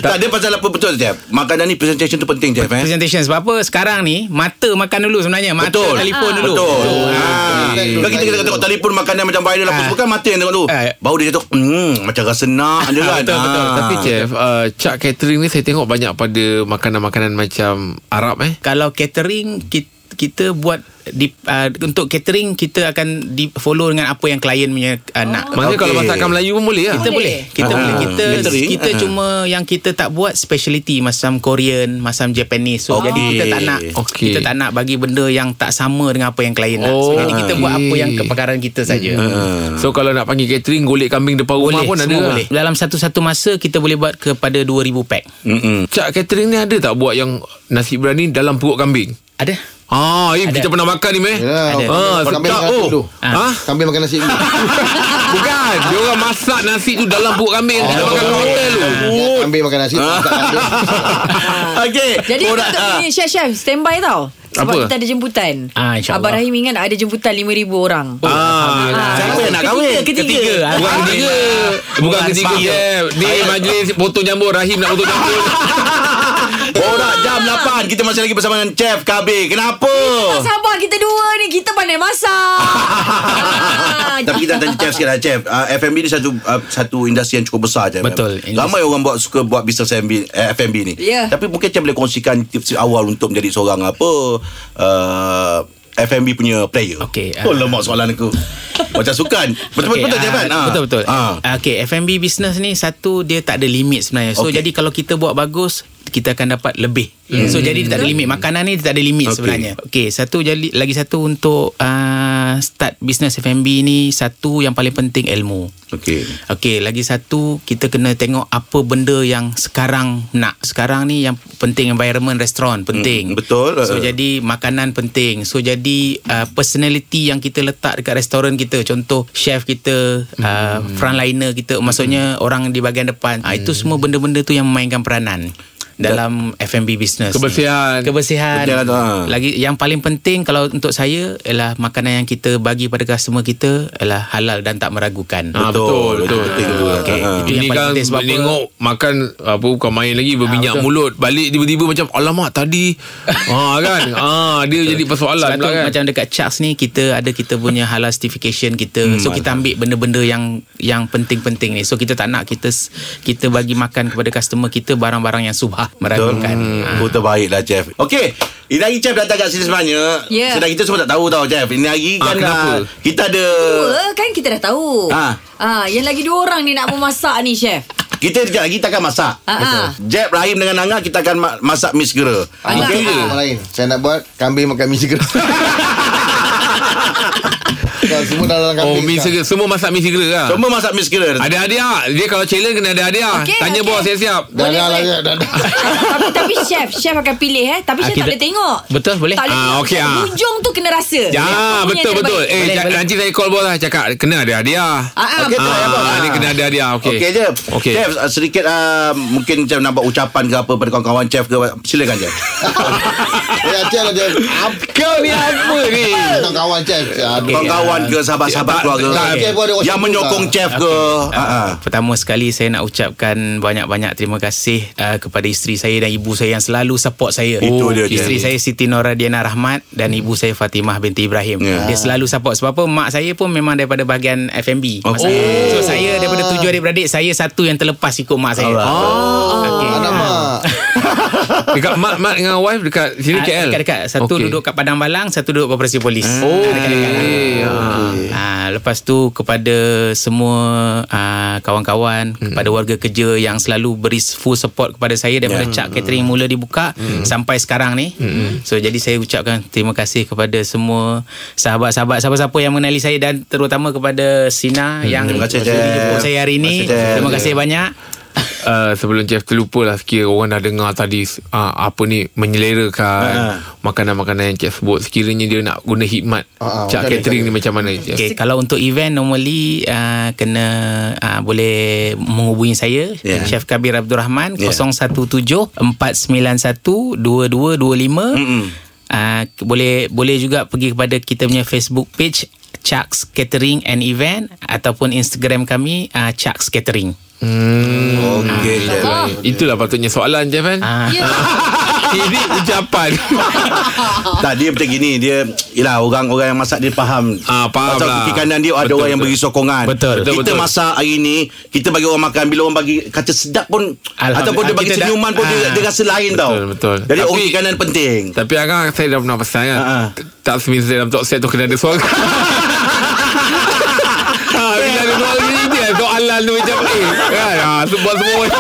[SPEAKER 2] tak, dia pasal apa betul Jeff Makanan ni presentation tu penting Jeff eh?
[SPEAKER 8] Presentation sebab apa sekarang ni mata makan dulu sebenarnya, mata
[SPEAKER 2] Betul
[SPEAKER 8] telefon dulu.
[SPEAKER 2] Betul ha.
[SPEAKER 5] Betul.
[SPEAKER 2] Kalau kita kena tengok telefon Makanan macam viral Apa
[SPEAKER 8] Ah.
[SPEAKER 2] semua kan Mata yang tengok dulu
[SPEAKER 8] Ah.
[SPEAKER 2] Baru dia cakap hmm, Macam rasa nak Dia kan
[SPEAKER 8] Betul, betul.
[SPEAKER 2] Ah.
[SPEAKER 4] Tapi chef uh, Chak catering ni Saya tengok banyak pada Makanan-makanan macam Arab eh
[SPEAKER 8] Kalau catering kita, kita buat di, uh, untuk catering kita akan di follow dengan apa yang klien punya uh, nak.
[SPEAKER 4] Maksudnya
[SPEAKER 2] Okey.
[SPEAKER 4] kalau masakan Melayu pun boleh lah
[SPEAKER 8] Kita boleh.
[SPEAKER 2] Ah,
[SPEAKER 8] Kita boleh. Kita
[SPEAKER 2] catering,
[SPEAKER 8] kita
[SPEAKER 2] ah.
[SPEAKER 8] cuma yang kita tak buat speciality macam Korean, macam Japanese.
[SPEAKER 2] Okey.
[SPEAKER 8] So jadi kita tak nak
[SPEAKER 4] Okey.
[SPEAKER 8] kita tak nak bagi benda yang tak sama dengan apa yang klien nak. So
[SPEAKER 4] Oh,
[SPEAKER 8] jadi kita buat apa yang
[SPEAKER 4] okey.
[SPEAKER 8] kepakaran kita saja.
[SPEAKER 4] So kalau nak panggil catering Golek kambing depan Mm, rumah
[SPEAKER 8] Boleh,
[SPEAKER 4] pun ada
[SPEAKER 8] semua
[SPEAKER 4] lah.
[SPEAKER 8] boleh. Dalam satu-satu masa kita boleh buat kepada 2000 pack.
[SPEAKER 2] Mm-mm.
[SPEAKER 4] Cak catering ni ada tak buat yang Nasi berani dalam perut kambing
[SPEAKER 8] Ada?
[SPEAKER 4] Ah, eh,
[SPEAKER 8] Ada.
[SPEAKER 4] kita pernah makan ni meh.
[SPEAKER 5] Ya,
[SPEAKER 8] Ada.
[SPEAKER 4] Ah,
[SPEAKER 5] kambing
[SPEAKER 4] sedap
[SPEAKER 5] makan
[SPEAKER 4] oh.
[SPEAKER 5] dulu.
[SPEAKER 4] Ha?
[SPEAKER 5] Kambing makan nasi dulu
[SPEAKER 4] Bukan, dia orang masak nasi tu dalam perut kambing
[SPEAKER 2] Oh.
[SPEAKER 4] yang kita makan kat hotel tu. Oh.
[SPEAKER 5] Kambing makan nasi tak ada.
[SPEAKER 2] (laughs) Okey.
[SPEAKER 3] Ah. Jadi
[SPEAKER 2] Borak,
[SPEAKER 3] untuk
[SPEAKER 2] ah.
[SPEAKER 3] ni Chef Chef stand by tau Sebab
[SPEAKER 4] Apa?
[SPEAKER 3] kita ada jemputan
[SPEAKER 8] Ah, insyaAllah.
[SPEAKER 3] Abang Rahim ingat ada jemputan 5,000 orang
[SPEAKER 2] Ah, siapa yang nak kahwin?
[SPEAKER 3] Ketiga, ketiga.
[SPEAKER 8] Tiga.
[SPEAKER 4] Bukan
[SPEAKER 2] Ah,
[SPEAKER 4] ketiga Bukan
[SPEAKER 8] Bukan
[SPEAKER 4] ketiga
[SPEAKER 8] sebab-
[SPEAKER 4] Jeff Ni majlis potong jambut Rahim nak potong jambut
[SPEAKER 2] Borak jam 8 Wan Kita masih lagi bersama dengan Chef KB Kenapa?
[SPEAKER 3] Tak Ah, sabar kita dua ni Kita
[SPEAKER 2] (laughs)
[SPEAKER 3] pandai masak Ah.
[SPEAKER 2] Tapi kita tanya Chef sikit lah Chef uh, F&B ni satu uh, satu industri yang cukup besar Chef
[SPEAKER 8] Betul.
[SPEAKER 2] Ramai orang buat suka buat bisnes F&B, eh, F&B ni
[SPEAKER 3] Ya.
[SPEAKER 2] Tapi mungkin Chef boleh kongsikan tips awal Untuk menjadi seorang apa uh, F&B punya player
[SPEAKER 8] Okey, ah.
[SPEAKER 2] Oh lemak soalan aku Macam
[SPEAKER 8] (laughs)
[SPEAKER 2] sukan Betul-betul okay,
[SPEAKER 8] Okey,
[SPEAKER 2] Chef
[SPEAKER 8] ah,
[SPEAKER 2] kan? Ah.
[SPEAKER 8] Betul betul.
[SPEAKER 2] Ah.
[SPEAKER 8] Ah. Okay, F&B business ni satu dia tak ada limit sebenarnya. Eh, So
[SPEAKER 2] Okey.
[SPEAKER 8] jadi kalau kita buat bagus kita akan dapat lebih. So jadi dia tak ada limit. Makanan ni dia tak ada limit
[SPEAKER 2] Okey.
[SPEAKER 8] sebenarnya. Okey, satu jadi lagi satu untuk uh, start business F&B ni satu yang paling penting ilmu.
[SPEAKER 2] Okey
[SPEAKER 8] Okey, lagi satu kita kena tengok apa benda yang sekarang nak. Sekarang ni yang penting environment restoran penting.
[SPEAKER 2] Mm, betul.
[SPEAKER 4] Uh.
[SPEAKER 8] So jadi makanan penting. So jadi uh, personality yang kita letak dekat restoran kita. Contoh chef kita,
[SPEAKER 4] Hmm.
[SPEAKER 8] uh, frontliner kita, maksudnya orang di bahagian depan. Ah
[SPEAKER 4] Hmm.
[SPEAKER 8] itu semua benda-benda tu yang memainkan peranan dalam F&B business. ni.
[SPEAKER 4] Kebersihan. ah.
[SPEAKER 8] Kebersihan.
[SPEAKER 2] Betul lah tu, ha.
[SPEAKER 8] Lagi yang paling penting kalau untuk saya ialah makanan yang kita bagi pada customer kita ialah halal dan tak meragukan.
[SPEAKER 4] Ah, betul, betul.
[SPEAKER 2] Penting tu
[SPEAKER 8] Okey.
[SPEAKER 2] Ah.
[SPEAKER 8] Itu yang
[SPEAKER 4] Ini
[SPEAKER 8] paling
[SPEAKER 4] kan
[SPEAKER 8] penting sebab apa? Ah,
[SPEAKER 4] tengok makan apa bukan main lagi berminyak
[SPEAKER 8] betul.
[SPEAKER 4] mulut. Balik tiba-tiba macam alamak
[SPEAKER 8] (laughs)
[SPEAKER 4] tadi. ha kan. Ah dia jadi persoalan
[SPEAKER 8] Sebab tu
[SPEAKER 4] pula kan.
[SPEAKER 8] macam dekat Chucks ni kita ada kita punya halal certification kita. Hmm, so kita ambil benda-benda yang yang penting-penting ni. So kita tak nak kita s- kita bagi makan kepada customer kita barang-barang yang subah
[SPEAKER 4] Ah.
[SPEAKER 8] meragukan.
[SPEAKER 2] Hmm. Oh, terbaiklah Jeff. Okey, ini hari Jeff datang kat sini sebenarnya.
[SPEAKER 3] Ya.
[SPEAKER 2] Sedang kita semua tak tahu tau Jeff. Ini hari
[SPEAKER 4] Ah,
[SPEAKER 2] kan
[SPEAKER 4] kenapa?
[SPEAKER 2] ah, kita ada
[SPEAKER 3] Dua kan kita dah tahu
[SPEAKER 4] Ha.
[SPEAKER 2] Ah.
[SPEAKER 3] Ah, Yang lagi dua orang ni nak memasak ni
[SPEAKER 4] (laughs)
[SPEAKER 3] chef
[SPEAKER 2] kita sekejap lagi kita akan masak.
[SPEAKER 3] Ah, ah.
[SPEAKER 2] Jeff Rahim dengan Angah kita akan ma- masak mi segera.
[SPEAKER 3] Ah,
[SPEAKER 5] Itu
[SPEAKER 3] itu
[SPEAKER 5] je
[SPEAKER 3] je.
[SPEAKER 5] Orang lain Saya nak buat Kambing makan mi segera Dah, Semua dah dalam
[SPEAKER 4] Oh,
[SPEAKER 5] kambing
[SPEAKER 4] mi
[SPEAKER 5] sekarang.
[SPEAKER 4] segera. Semua masak mi segera lah.
[SPEAKER 2] Semua masak mi segera.
[SPEAKER 4] Ada hadiah. Dia kalau challenge kena ada hadiah.
[SPEAKER 3] Okey,
[SPEAKER 4] Tanya
[SPEAKER 3] okey.
[SPEAKER 4] bos siap-siap.
[SPEAKER 5] Dah
[SPEAKER 3] Boleh,
[SPEAKER 5] dah lah
[SPEAKER 3] boleh.
[SPEAKER 5] ya, Dah
[SPEAKER 4] (laughs)
[SPEAKER 5] dah
[SPEAKER 3] tapi, tapi chef Chef akan pilih eh Tapi
[SPEAKER 4] Ha,
[SPEAKER 8] Ah,
[SPEAKER 3] chef tak
[SPEAKER 8] kita-
[SPEAKER 3] boleh tengok
[SPEAKER 8] Betul, boleh.
[SPEAKER 3] Tak boleh
[SPEAKER 4] Ah,
[SPEAKER 3] tengok.
[SPEAKER 4] okey, ah.
[SPEAKER 3] Hujung tu kena rasa
[SPEAKER 4] Ya,
[SPEAKER 3] Apa punya
[SPEAKER 4] betul
[SPEAKER 3] yang
[SPEAKER 4] betul.
[SPEAKER 3] terbaik.
[SPEAKER 4] Eh,
[SPEAKER 8] Boleh,
[SPEAKER 4] cak-
[SPEAKER 8] boleh.
[SPEAKER 4] nanti saya call bos lah cakap kena ada hadiah.
[SPEAKER 3] Ah, ah,
[SPEAKER 2] Okey, tak payah buat
[SPEAKER 4] Ah,
[SPEAKER 2] lah.
[SPEAKER 4] ni kena ada hadiah. Okey.
[SPEAKER 2] Okey okay, Jeff.
[SPEAKER 4] Okey.
[SPEAKER 2] Jeff ah, sedikit uh, mungkin Jeff nampak ucapan ke apa pada kawan-kawan Jeff ke silakan Jeff.
[SPEAKER 5] Ya Chan lah Chan
[SPEAKER 4] Kau ni apa ni?
[SPEAKER 5] Tentang kawan Chan Aduh
[SPEAKER 2] Kawan-kawan ke sahabat-sahabat
[SPEAKER 4] Ya, Tak,
[SPEAKER 2] keluarga
[SPEAKER 4] tak,
[SPEAKER 5] Jeff pun ada
[SPEAKER 2] yang
[SPEAKER 5] WhatsApp
[SPEAKER 2] menyokong
[SPEAKER 5] group
[SPEAKER 2] Jeff ke. Ah, ah.
[SPEAKER 8] Pertama sekali saya nak ucapkan banyak-banyak terima kasih uh, kepada isteri saya dan ibu saya yang selalu support saya. Oh,
[SPEAKER 2] Itu dia,
[SPEAKER 8] Isteri
[SPEAKER 2] Jen.
[SPEAKER 8] saya Siti Nora Diana Rahmat dan ibu saya Fatimah binti Ibrahim.
[SPEAKER 2] Ya.
[SPEAKER 8] Dia selalu support sebab apa mak saya pun memang daripada bahagian F&B. Mak
[SPEAKER 2] Okey.
[SPEAKER 8] saya. So saya daripada tujuh adik-beradik saya satu yang terlepas ikut mak saya. Oh. Okay.
[SPEAKER 4] Eh. Ah.
[SPEAKER 5] Alamak
[SPEAKER 4] Dekat mak mak dengan wife dekat sini
[SPEAKER 8] Ah,
[SPEAKER 4] KL.
[SPEAKER 8] Dekat-dekat. Satu okay. duduk kat Padang Balang, satu duduk Koperasi Polis.
[SPEAKER 2] Hmm.
[SPEAKER 4] Oh.
[SPEAKER 8] Ah, dekat-dekat.
[SPEAKER 4] okey. Ah.
[SPEAKER 8] Ah, lepas tu kepada semua ah,
[SPEAKER 2] Hmm.
[SPEAKER 8] kawan-kawan, kepada warga kerja yang selalu beri full support kepada saya daripada yeah. Cak
[SPEAKER 2] Hmm.
[SPEAKER 8] Catering mula dibuka sampai sekarang ni. So jadi saya ucapkan terima kasih kepada semua sahabat-sahabat siapa-siapa yang mengenali saya dan terutama kepada Sina yang
[SPEAKER 2] Hmm. Terima kasih,
[SPEAKER 8] jemput
[SPEAKER 2] Jeff.
[SPEAKER 8] saya hari ini.
[SPEAKER 2] Terima kasih, Jeff.
[SPEAKER 8] Terima kasih banyak.
[SPEAKER 4] Uh, sebelum Jeff terlupa lah Sekira orang dah dengar tadi uh, Apa ni
[SPEAKER 2] Ha.
[SPEAKER 4] Menyelerakan Makanan-makanan yang Jeff sebut Sekiranya dia nak guna hikmat
[SPEAKER 5] Ha, ha,
[SPEAKER 4] Cak
[SPEAKER 5] macam
[SPEAKER 4] catering
[SPEAKER 5] mana,
[SPEAKER 4] ni macam mana Jeff
[SPEAKER 8] Okay, kalau untuk event normally uh, kena uh, boleh menghubungi saya
[SPEAKER 2] Yeah.
[SPEAKER 8] yeah. Chef Kabir Abdul Rahman
[SPEAKER 2] Yeah.
[SPEAKER 8] yeah. 017 491 2225.
[SPEAKER 2] Mm-mm.
[SPEAKER 8] Uh, boleh boleh juga pergi kepada kita punya Facebook page Chucks Catering and Event ataupun Instagram kami uh, Chucks Catering.
[SPEAKER 2] Okey Jeff.
[SPEAKER 3] Ah.
[SPEAKER 4] Itulah patutnya soalan Jeff kan
[SPEAKER 8] Ah.
[SPEAKER 3] Ya.
[SPEAKER 4] (laughs) Ini ucapan
[SPEAKER 8] (laughs)
[SPEAKER 2] (laughs) Tak dia macam gini Dia Yelah orang-orang yang masak Dia faham
[SPEAKER 4] Ah, faham
[SPEAKER 2] Pasal
[SPEAKER 4] lah.
[SPEAKER 2] kiri kanan dia Ada
[SPEAKER 4] Betul,
[SPEAKER 2] orang yang
[SPEAKER 4] betul.
[SPEAKER 2] beri sokongan
[SPEAKER 8] Betul.
[SPEAKER 2] Kita
[SPEAKER 4] Betul, betul.
[SPEAKER 2] masak hari ni Kita bagi orang makan Bila orang bagi Kata sedap pun
[SPEAKER 8] Alhamdulillah.
[SPEAKER 2] Ataupun dia bagi
[SPEAKER 8] Kita dah-
[SPEAKER 2] senyuman pun dia,
[SPEAKER 8] ah.
[SPEAKER 2] dia rasa lain
[SPEAKER 4] Betul,
[SPEAKER 2] tau
[SPEAKER 4] betul.
[SPEAKER 2] Jadi
[SPEAKER 4] Tapi-
[SPEAKER 2] orang kiri kanan penting
[SPEAKER 4] Tapi Angah saya dah pernah pesan kan
[SPEAKER 2] Ha, ha.
[SPEAKER 4] T- Tak semisal dalam talk set tu Kena ada suara (laughs) ha, Bila ada suara ni Dia soalan tu macam Eh kan ha, Sebab semua orang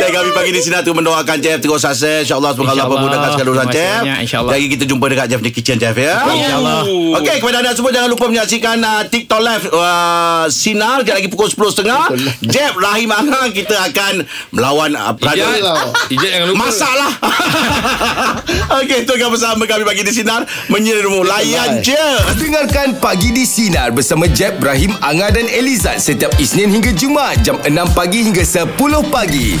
[SPEAKER 2] Dan kami pagi di sini tu mendoakan Jeff terus sukses. InsyaAllah semoga Allah
[SPEAKER 8] InsyaAllah.
[SPEAKER 2] memudahkan segala urusan
[SPEAKER 8] Terima kasih
[SPEAKER 2] Jeff.
[SPEAKER 8] banyak, insyaAllah.
[SPEAKER 2] Lagi kita jumpa dekat Jeff di kitchen Jeff ya.
[SPEAKER 8] InsyaAllah.
[SPEAKER 2] Okey kepada anda semua jangan lupa menyaksikan uh, TikTok live uh, sinar Sekejap lagi pukul 10.30. Jeff Rahim Angah kita akan melawan uh,
[SPEAKER 4] Ijat
[SPEAKER 2] peraduan
[SPEAKER 4] Ijat jangan lupa
[SPEAKER 2] Masak lah (laughs) Okey itu akan bersama kami pagi di sinar Menyerumu layan je
[SPEAKER 1] Dengarkan Pagi di Sinar bersama Jeb, Ibrahim, Anga dan Elizad setiap Isnin hingga Jumaat jam 6 pagi hingga 10 pagi.